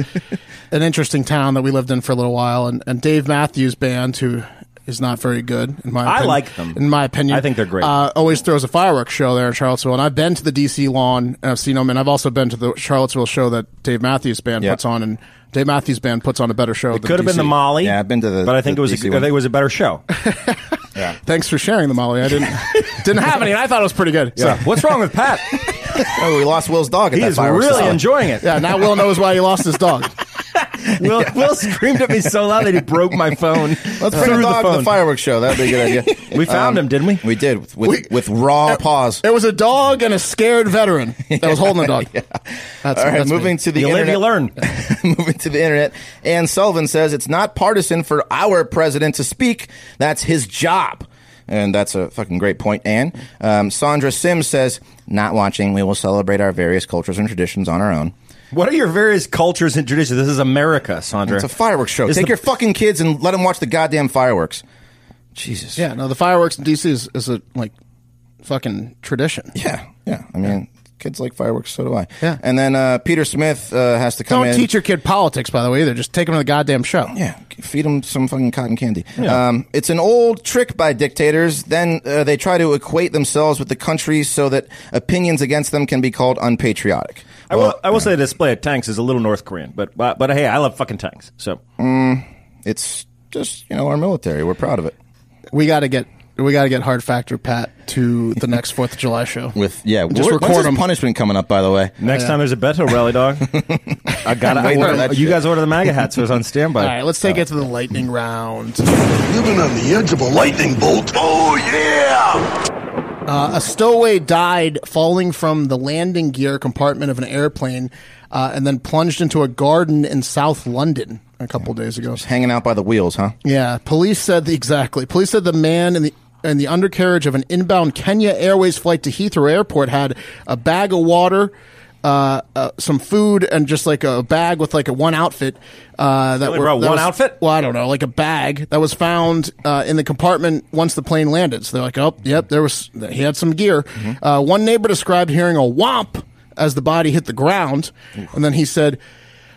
Speaker 4: an interesting town that we lived in for a little while, and, and Dave Matthews Band, who is not very good in my
Speaker 5: I
Speaker 4: opinion,
Speaker 5: like them.
Speaker 4: In my opinion,
Speaker 5: I think they're great.
Speaker 4: Uh, always throws a fireworks show there in Charlottesville, and I've been to the DC lawn and I've seen them, and I've also been to the Charlottesville show that Dave Matthews Band
Speaker 1: Yeah.
Speaker 4: puts on, and Dave Matthews Band puts on a better show. than
Speaker 5: Could have been
Speaker 4: DC.
Speaker 5: the Molly.
Speaker 1: Yeah, I've been to the-
Speaker 5: But I think
Speaker 1: the
Speaker 5: it was. A,
Speaker 1: DC
Speaker 5: I
Speaker 1: one.
Speaker 5: think it was a better show.
Speaker 4: Thanks for sharing the Molly. I didn't didn't have any, and I thought it was pretty good. So-
Speaker 5: So, what's wrong with Pat?
Speaker 1: oh, we lost Will's dog. At
Speaker 5: He
Speaker 1: that
Speaker 5: is
Speaker 1: fireworks
Speaker 5: really
Speaker 1: display.
Speaker 5: enjoying it.
Speaker 4: yeah, now Will knows why he lost his dog.
Speaker 5: Will, Will screamed at me so loud that he broke my phone.
Speaker 1: Let's bring a
Speaker 5: through
Speaker 1: dog to
Speaker 5: the phone.
Speaker 1: the fireworks show. That'd be a good idea. Um,
Speaker 5: We found him, didn't we?
Speaker 1: We did with with, with raw paws.
Speaker 4: It was a dog and a scared veteran that was holding the dog. That's,
Speaker 1: All right,
Speaker 4: that's me.
Speaker 1: moving to the
Speaker 5: You live,
Speaker 1: internet.
Speaker 5: you learn.
Speaker 1: moving to the internet. Ann Sullivan says it's not partisan for our president to speak. That's his job. And that's a fucking great point, Ann. Um, Sandra Sims says, not watching. We will celebrate our various cultures and traditions on our own.
Speaker 5: What are your various cultures and traditions? This is America, Sandra.
Speaker 1: It's a fireworks show.
Speaker 5: It's
Speaker 1: Take
Speaker 5: the-
Speaker 1: your fucking kids and let them watch the goddamn fireworks. Jesus.
Speaker 4: Yeah, no, the fireworks in DC is, is a like fucking tradition.
Speaker 1: Yeah. Yeah. I mean, kids like fireworks. So do I.
Speaker 4: Yeah.
Speaker 1: And then uh, Peter Smith uh, has to come
Speaker 4: Don't
Speaker 1: in.
Speaker 4: teach your kid politics, by the way, either. Just take him to the goddamn show.
Speaker 1: Yeah, feed them some fucking cotton candy. Um, it's an old trick by dictators. Then uh, they try to equate themselves with the country so that opinions against them can be called unpatriotic.
Speaker 5: I will. I will say the display of tanks is a little North Korean, but but, but hey, I love fucking tanks. So
Speaker 1: It's just you know our military. We're proud of it.
Speaker 4: We got to get we got to get Hard Factor Pat to the next Fourth of July show.
Speaker 1: With yeah,
Speaker 4: Just
Speaker 1: wh-
Speaker 4: record
Speaker 1: when's his
Speaker 4: 'em.
Speaker 1: punishment coming up. By the way,
Speaker 5: next time there's a Beto rally, dog, I got
Speaker 1: waiting for
Speaker 5: to
Speaker 1: that
Speaker 5: You
Speaker 1: shit.
Speaker 5: guys order the MAGA hats, so it's on standby.
Speaker 4: All right, let's
Speaker 1: uh,
Speaker 4: take it to the lightning round.
Speaker 2: Living on the edge of a lightning bolt. Oh, yeah!
Speaker 4: Uh, a stowaway died falling from the landing gear compartment of an airplane, uh, and then plunged into a garden in South London a couple days ago.
Speaker 1: hanging out by the wheels, huh?
Speaker 4: Yeah, police said the, exactly. Police said the man in the in the undercarriage of an inbound Kenya Airways flight to Heathrow Airport had a bag of water, uh, uh, some food, and just like a bag with like a one outfit. Uh, that
Speaker 5: Really, bro,
Speaker 4: that
Speaker 5: one
Speaker 4: was-
Speaker 5: outfit?
Speaker 4: Well, I don't know, like a bag that was found uh, in the compartment once the plane landed. So they're like, oh, yep, there was he had some gear.
Speaker 5: Mm-hmm.
Speaker 4: Uh, one neighbor described hearing a whomp as the body hit the ground, and then he said.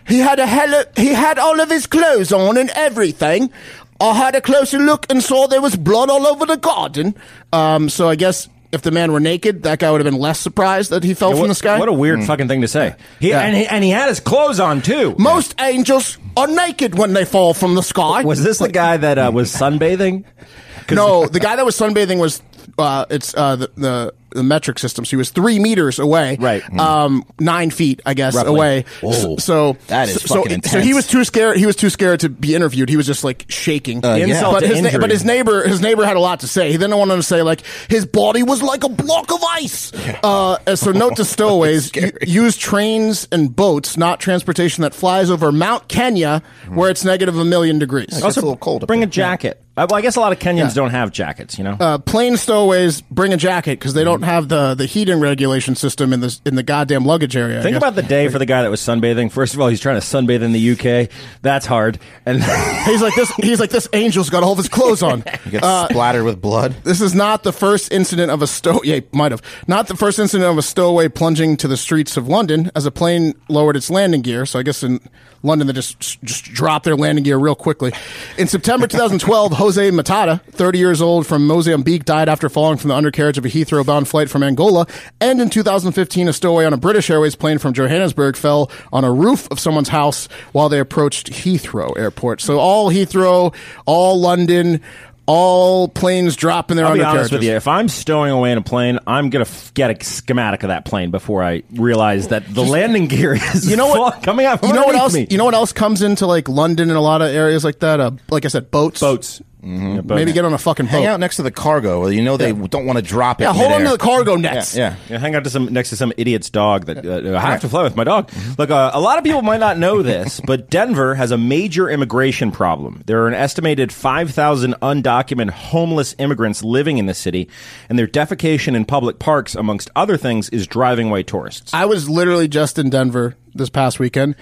Speaker 4: He had a hell of, he had all of his clothes on and everything. I had a closer look and saw there was blood all over the garden. Um, so I guess if the man were naked, that guy would have been less surprised that he fell
Speaker 5: What,
Speaker 4: from the sky.
Speaker 5: what a weird fucking thing to say. He,
Speaker 4: Yeah.
Speaker 5: and, he, and he had his clothes on too.
Speaker 4: Most angels are naked when they fall from the sky.
Speaker 5: Was this the guy that uh, was sunbathing?
Speaker 4: no, the guy that was sunbathing was uh, it's uh, the, the the metric system. So he was three meters away,
Speaker 5: Right.
Speaker 4: Um, nine feet, I guess,
Speaker 1: Hmm. Roughly.
Speaker 4: away.
Speaker 1: Whoa.
Speaker 4: S- So
Speaker 1: That is
Speaker 4: so,
Speaker 1: fucking
Speaker 4: so,
Speaker 1: intense.
Speaker 4: he was too scared. He was too scared to be interviewed. He was just like shaking.
Speaker 1: Uh, yeah. Insult
Speaker 4: but,
Speaker 5: to
Speaker 4: his na-
Speaker 5: injury.
Speaker 4: but his neighbor, his neighbor had a lot to say. He then wanted to say like his body was like a block of ice. Uh, and so note to stowaways: u- use trains and boats, not transportation that flies over Mount Kenya,
Speaker 1: Hmm.
Speaker 4: where it's negative a million degrees.
Speaker 1: it's a little cold. up
Speaker 5: Bring a
Speaker 1: there.
Speaker 5: jacket. Uh, well, I guess a lot of Kenyans don't have jackets, you know?
Speaker 4: uh, plane stowaways bring a jacket because they
Speaker 5: Mm-hmm.
Speaker 4: don't have the, the heating regulation system in the in the goddamn luggage area. I
Speaker 5: Think
Speaker 4: guess.
Speaker 5: about the day for the guy that was sunbathing. First of all, he's trying to sunbathe in the UK. That's hard. And
Speaker 4: he's like this. He's like this. Angel's got all of his clothes on. Uh,
Speaker 1: You get splattered with blood.
Speaker 4: This is not the first incident of a stow. Yeah, might have not the first incident of a stowaway plunging to the streets of London as a plane lowered its landing gear. So I guess in London they just just drop their landing gear real quickly. In September 2012, Jose Matata, 30 years old from Mozambique, died after falling from the undercarriage of a Heathrow-bound flight from Angola. And in 2015, a stowaway on a British Airways plane from Johannesburg fell on a roof of someone's house while they approached Heathrow Airport. So all Heathrow, all London. All planes dropping their
Speaker 5: I'll be
Speaker 4: undercarriages.
Speaker 5: honest with you. If I'm stowing away in a plane, I'm gonna f- get a schematic of that plane before I realize that the landing gear is you know what coming out. From
Speaker 4: you know what else?
Speaker 5: Me.
Speaker 4: You know what else comes into like London and a lot of areas like that. Uh, like I said, boats.
Speaker 5: boats. Yeah, boats.
Speaker 4: Mm-hmm. Maybe get on a fucking boat.
Speaker 1: Hang out next to the cargo. where You know they don't want to drop it.
Speaker 4: Oh. yeah, hold on to
Speaker 1: midair.
Speaker 4: the cargo nets.
Speaker 1: Yeah.
Speaker 5: Yeah, hang out to some next to some idiot's dog that uh, I have to fly with my dog.
Speaker 4: Mm-hmm.
Speaker 5: Look, uh, a lot of people might not know this, but Denver has a major immigration problem. There are an estimated five thousand undocumented homeless immigrants living in the city, and their defecation in public parks, amongst other things, is driving away tourists.
Speaker 4: I was literally just in Denver this past weekend,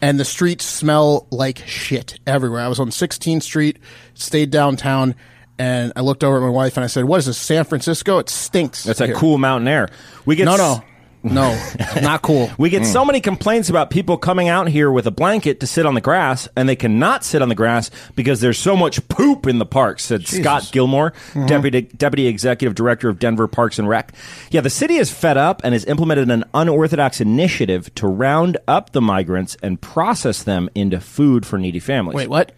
Speaker 4: and the streets smell like shit everywhere. I was on 16th Street, stayed downtown, and I looked over at my wife and I said, "What is this? San Francisco? It stinks."
Speaker 5: That's that
Speaker 4: here."
Speaker 5: cool mountain air. We get
Speaker 4: No,
Speaker 5: s-
Speaker 4: no, no, not cool.
Speaker 5: We get so many complaints about people coming out here with a blanket to sit on the grass, and they cannot sit on the grass because there's so much poop in the parks, said Scott Gilmore, deputy, deputy executive director of Denver Parks and Rec. Yeah, the city is fed up and has implemented an unorthodox initiative to round up the migrants and process them into food for needy families.
Speaker 4: Wait, what?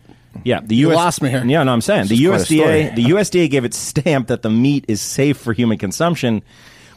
Speaker 5: Yeah, the US,
Speaker 4: lost me here.
Speaker 5: Yeah, no, I'm saying the
Speaker 1: is quite a
Speaker 5: USDA. The USDA gave its stamp that the meat is safe for human consumption.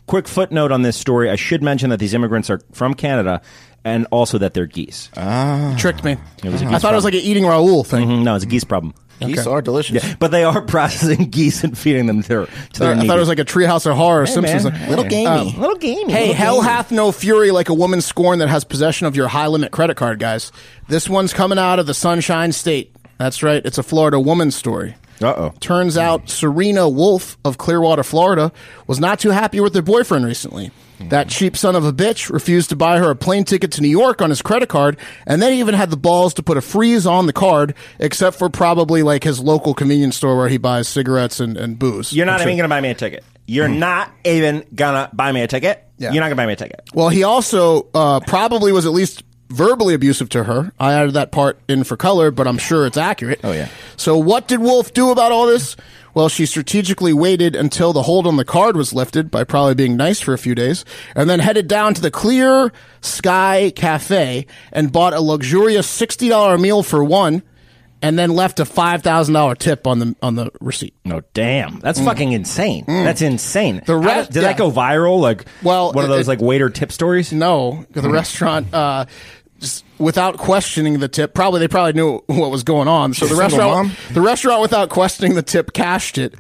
Speaker 5: Quick footnote on this story: I should mention that these immigrants are from Canada, and also that they're geese.
Speaker 4: Uh-huh. You tricked me. I thought it was like an eating Raoul thing.
Speaker 5: no, it's a geese problem.
Speaker 1: Geese are delicious.
Speaker 5: But they are processing geese and feeding them to their. To their
Speaker 4: I thought it was like a Treehouse of Horror, or Simpsons,
Speaker 5: man.
Speaker 4: little gamey,
Speaker 5: little gamey.
Speaker 4: Hey,
Speaker 5: little
Speaker 4: hell
Speaker 5: gamey.
Speaker 4: hath no fury like a woman scorned that has possession of your high limit credit card, guys. This one's coming out of the Sunshine State. That's right. It's a Florida woman story.
Speaker 5: Uh-oh.
Speaker 4: Turns out Serena Wolf of Clearwater, Florida, was not too happy with her boyfriend recently. That cheap son of a bitch refused to buy her a plane ticket to New York on his credit card, and then he even had the balls to put a freeze on the card, except for probably like his local convenience store where he buys cigarettes and, and booze.
Speaker 5: You're not
Speaker 4: I'm sure- Hmm.
Speaker 5: even gonna buy me a ticket. You're not even gonna buy me a ticket.
Speaker 4: Yeah.
Speaker 5: You're not gonna buy me a ticket.
Speaker 4: Well, he also uh, probably was at least verbally abusive to her. I added that part in for color, but I'm sure it's accurate. Oh,
Speaker 1: yeah.
Speaker 4: So, what did Wolf do about all this? Well, she strategically waited until the hold on the card was lifted by probably being nice for a few days and then headed down to the Clear Sky Cafe and bought a luxurious $60 meal for one and then left a $5,000 tip on the, on the receipt.
Speaker 5: No, damn, that's fucking insane. That's insane.
Speaker 4: Hmm. The
Speaker 5: How
Speaker 4: re-
Speaker 5: did did
Speaker 4: yeah.
Speaker 5: that go viral? Like,
Speaker 4: Well,
Speaker 5: one of
Speaker 4: it-
Speaker 5: those
Speaker 4: it-
Speaker 5: like waiter tip stories.
Speaker 4: No, the
Speaker 5: Hmm.
Speaker 4: restaurant, uh, just without questioning the tip, probably they probably knew what was going on. So the
Speaker 1: She's a single
Speaker 4: restaurant,
Speaker 1: mom?
Speaker 4: the restaurant, without questioning the tip, cashed it.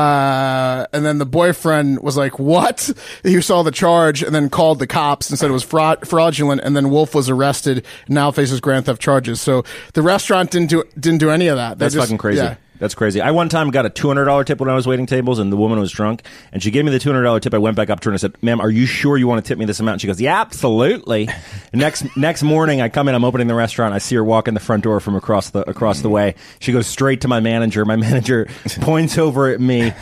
Speaker 4: Uh, and then the boyfriend was like, "What?" He saw the charge and then called the cops and said it was fraud- fraudulent. And then Wolf was arrested. And now faces grand theft charges. So the restaurant didn't do didn't do any of that. They
Speaker 5: That's
Speaker 4: just-
Speaker 5: fucking crazy.
Speaker 4: yeah.
Speaker 5: That's crazy. I one time got a two hundred dollar tip when I was waiting tables, and the woman was drunk, and she gave me the two hundred dollar tip. I went back up to her and I said, "Ma'am, are you sure you want to tip me this amount?" And she goes, "Yeah, absolutely." next next morning, I come in, I'm opening the restaurant, I see her walk in the front door from across the across the way. She goes straight to my manager. My manager points over at me.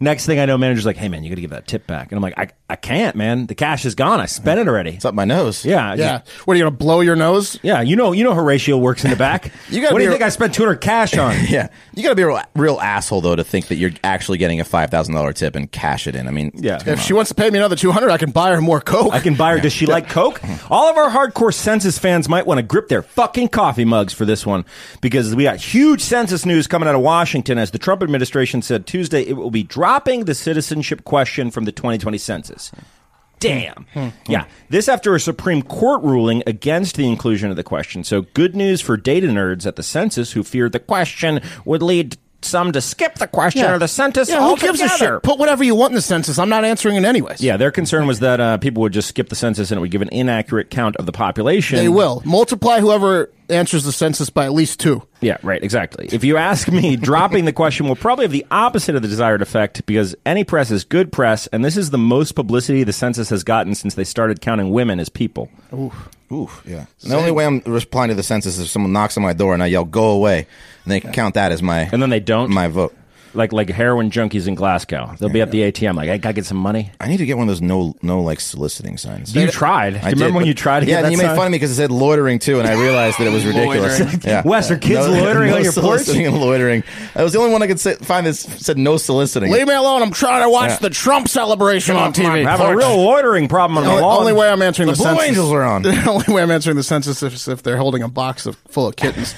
Speaker 5: Next thing I know, manager's like, "Hey man, you got to give that tip back," and I'm like, "I I can't, man. The cash is gone. I spent it already."
Speaker 1: It's up my nose.
Speaker 5: Yeah, I just-
Speaker 4: Yeah. What are you gonna blow your nose?
Speaker 5: Yeah, you know, you know, Horatio works in the back.
Speaker 1: You gotta
Speaker 5: what do
Speaker 1: be
Speaker 5: you
Speaker 1: a-
Speaker 5: think I spent two hundred cash on?
Speaker 1: Yeah, you got to be a real, real asshole though to think that you're actually getting a five thousand dollar tip and cash it in. I mean,
Speaker 5: Yeah.
Speaker 1: come
Speaker 4: If
Speaker 1: on.
Speaker 4: she wants to pay me another two hundred, I can buy her more coke.
Speaker 5: I can buy her. Does she like Coke? All of our hardcore census fans might want to grip their fucking coffee mugs for this one because we got huge census news coming out of Washington as the Trump administration said Tuesday it will be dropping dropping the citizenship question from the 2020 census. Damn.
Speaker 4: Hmm.
Speaker 5: Yeah. This after a Supreme Court ruling against the inclusion of the question. So, good news for data nerds at the census who feared the question would lead some to skip the question or the census
Speaker 4: Yeah, who
Speaker 5: altogether.
Speaker 4: gives a shit? Put whatever you want in the census. I'm not answering it anyways.
Speaker 5: Yeah, their concern was that uh, people would just skip the census and it would give an inaccurate count of the population.
Speaker 4: They will. Multiply whoever answers the census by at least two.
Speaker 5: Yeah, right, exactly. If you ask me, dropping the question will probably have the opposite of the desired effect because any press is good press, and this is the most publicity the census has gotten since they started counting women as people.
Speaker 1: Oof, yeah. The only way I'm replying to the census is if someone knocks on my door and I yell "Go away," and they can count that as my
Speaker 5: And then they don't.
Speaker 1: my vote.
Speaker 5: like like heroin junkies in Glasgow. They'll be at the ATM like, I gotta get some money.
Speaker 1: I need to get one of those no no like soliciting signs.
Speaker 5: You tried. Do you remember when
Speaker 1: but-
Speaker 5: you tried to
Speaker 1: Yeah,
Speaker 5: get
Speaker 1: and
Speaker 5: that
Speaker 1: you made
Speaker 5: sign?
Speaker 1: fun of me because it said loitering too, and I realized that it was ridiculous.
Speaker 8: Loitering.
Speaker 1: yeah.
Speaker 5: Wes, are kids loitering on your porch?
Speaker 1: soliciting and loitering. That was the only one I could say, find that said no soliciting.
Speaker 4: Leave me alone. I'm trying to watch
Speaker 1: Yeah.
Speaker 4: the Trump celebration on TV.
Speaker 5: Have a real loitering problem on the
Speaker 4: The
Speaker 5: lawn.
Speaker 4: only way I'm answering the,
Speaker 1: Blue
Speaker 4: census.
Speaker 1: Angels are on.
Speaker 4: The only way I'm answering the census is if they're holding a box of, full of kittens.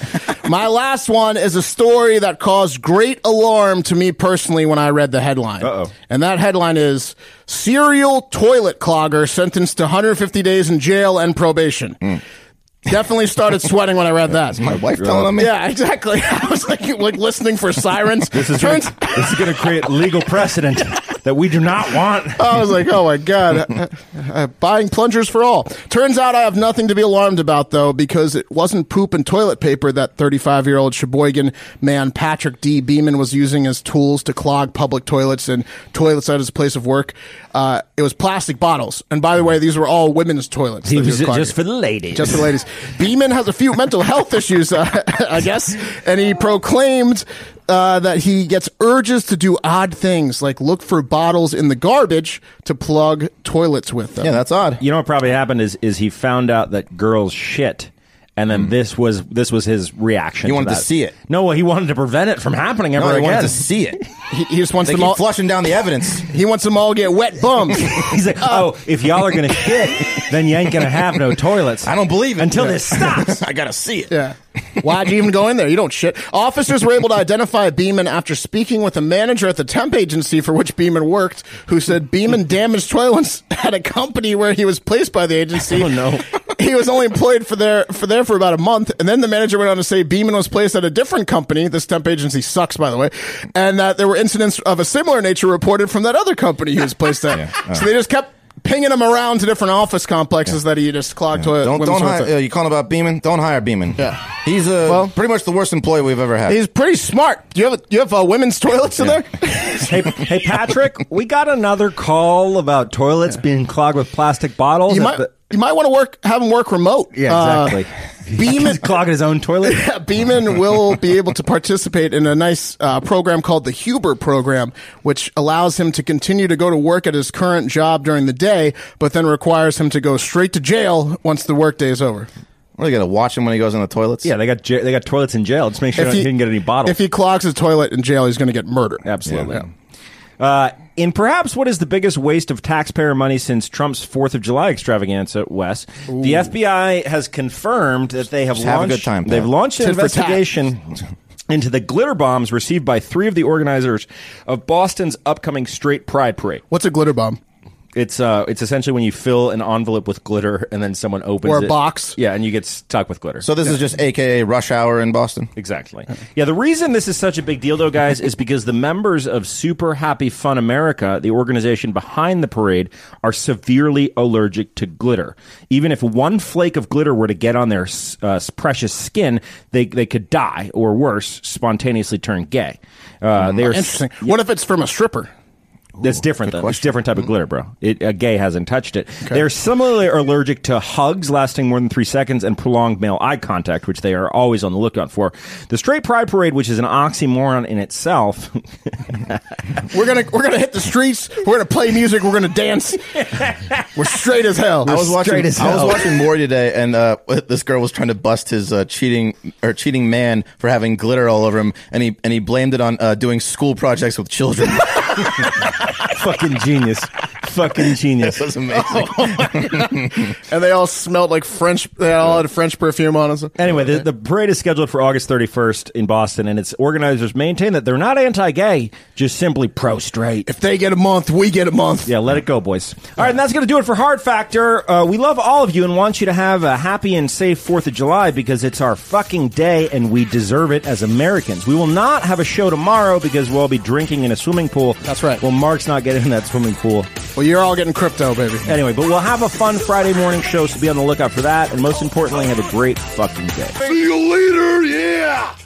Speaker 4: My last one is a story that caused great alarm to me personally when I read the headline.
Speaker 5: Uh-oh.
Speaker 4: And that headline is serial toilet clogger sentenced to 150 days in jail and probation. Definitely started sweating when I read that.
Speaker 1: Hmm. My wife telling on me.
Speaker 4: Yeah, exactly. I was like, like listening for sirens.
Speaker 5: this is
Speaker 4: Turns,
Speaker 5: gonna, this is gonna create legal precedent that we do not want.
Speaker 4: I was like, oh my God, Uh, uh, buying plungers for all. Turns out I have nothing to be alarmed about, though, because it wasn't poop and toilet paper that 35 year old Sheboygan man Patrick D. Beeman was using as tools to clog public toilets and toilets at his place of work. Uh, it was plastic bottles. And by the way, these were all women's toilets.
Speaker 5: He
Speaker 4: that
Speaker 5: was
Speaker 4: clogging.
Speaker 5: just for the ladies.
Speaker 4: Just for ladies. Beeman has a few mental health issues, uh, I guess, and he proclaimed uh, that he gets urges to do odd things like look for bottles in the garbage to plug toilets with them.
Speaker 1: yeah, that's odd.
Speaker 5: you know what probably happened is is he found out that girls shit and then this was this was his reaction
Speaker 1: He
Speaker 5: to
Speaker 1: Hmm. wanted to
Speaker 5: that.
Speaker 1: see it.
Speaker 5: no well he wanted to prevent it from happening ever
Speaker 1: No, I
Speaker 5: again
Speaker 1: wanted to see it.
Speaker 4: he, he just wants
Speaker 1: They
Speaker 4: them
Speaker 1: keep
Speaker 4: all.
Speaker 1: flushing down the evidence.
Speaker 4: he wants them all to get wet bums.
Speaker 5: he's like oh if y'all are gonna shit then you ain't gonna have no toilets
Speaker 1: I don't believe it
Speaker 5: until this stops
Speaker 1: I gotta see it.
Speaker 4: Yeah. Why'd you even go in there? You don't shit. Officers were able to identify Beeman after speaking with a manager at the temp agency for which Beeman worked, who said Beeman damaged toilets at a company where he was placed by the agency.
Speaker 5: Oh, no.
Speaker 4: He was only employed for there for there for about a month, and then the manager went on to say Beeman was placed at a different company. This temp agency sucks, by the way, and that there were incidents of a similar nature reported from that other company he was placed at. So they just kept pinging him around to different office complexes that he just clogged toilet.
Speaker 1: Don't
Speaker 4: women's
Speaker 1: don't
Speaker 4: toilets at.
Speaker 1: hire. Uh, you calling about Beeman? Don't hire Beeman.
Speaker 4: Yeah.
Speaker 1: he's uh,
Speaker 4: Well-
Speaker 1: pretty much the worst employee we've ever had.
Speaker 4: He's pretty smart. Do you have you have uh, women's toilets in there?
Speaker 5: hey, hey patrick we got another call about toilets being clogged with plastic bottles
Speaker 4: you
Speaker 5: at
Speaker 4: might
Speaker 5: the-
Speaker 4: you might want to work have him work remote.
Speaker 5: yeah
Speaker 4: Uh,
Speaker 5: exactly
Speaker 4: Beeman
Speaker 5: he's clogging his own toilet
Speaker 4: Yeah, Beeman will be able to participate in a nice uh, program called the Huber program, which allows him to continue to go to work at his current job during the day, but then requires him to go straight to jail once the workday is over.
Speaker 1: What, you gotta watch him when he goes in the toilets.
Speaker 5: yeah they got ja- they got toilets in jail just make sure
Speaker 4: If
Speaker 5: he, didn't get any bottles
Speaker 4: If he clogs his toilet in jail, he's going to get murdered.
Speaker 5: Absolutely.
Speaker 4: Yeah.
Speaker 5: Uh, in perhaps what is the biggest waste of taxpayer money since Trump's Fourth of July extravaganza, Wes, the FBI has confirmed that they have
Speaker 1: Just have a
Speaker 5: launched.
Speaker 1: good time, Pat.
Speaker 5: they've launched an
Speaker 4: Tit for tat.
Speaker 5: investigation into the glitter bombs received by three of the organizers of Boston's upcoming Straight Pride Parade.
Speaker 4: What's a glitter bomb?
Speaker 5: It's uh, it's essentially when you fill an envelope with glitter and then someone opens
Speaker 4: Or a
Speaker 5: it.
Speaker 4: box.
Speaker 5: Yeah, and you get stuck with glitter.
Speaker 1: So this is just AKA rush hour in Boston.
Speaker 5: Exactly. Yeah, the reason this is such a big deal, though, guys, is because the members of Super Happy Fun America, the organization behind the parade, are severely allergic to glitter. Even if one flake of glitter were to get on their uh, precious skin, they, they could die, or worse, spontaneously turn gay. Uh, they are
Speaker 4: Interesting. What if it's from a stripper?
Speaker 5: that's different though. It's different type of glitter, bro. It, a gay hasn't touched it. They're similarly allergic to hugs lasting more than three seconds and prolonged male eye contact, which they are always on the lookout for. The straight pride parade, which is an oxymoron in itself,
Speaker 4: We're gonna we're gonna hit the streets. We're gonna play music. We're gonna dance. We're straight as hell.
Speaker 1: I was watching. I was watching Maury today, and uh, this girl was trying to bust his uh, cheating or cheating man for having glitter all over him, and he and he blamed it on uh, doing school projects with children.
Speaker 5: fucking genius. fucking genius.
Speaker 1: That's amazing.
Speaker 4: and they all smelled like French. They all had French perfume on. us.
Speaker 5: Anyway, the, the parade is scheduled for August 31st in Boston, and its organizers maintain that they're not anti-gay, just simply pro-straight.
Speaker 4: if they get a month, we get a month.
Speaker 5: Yeah, let it go, boys. All right, and that's going to do it for Hard Factor. Uh, we love all of you and want you to have a happy and safe 4th of July because it's our fucking day and we deserve it as Americans. We will not have a show tomorrow because we'll all be drinking in a swimming pool.
Speaker 4: That's right.
Speaker 5: Well, Mark's not getting in that swimming pool.
Speaker 4: Well, you're all getting crypto, baby.
Speaker 5: Anyway, but we'll have a fun Friday morning show, so be on the lookout for that. And most importantly, have a great fucking day.
Speaker 2: See you later, yeah!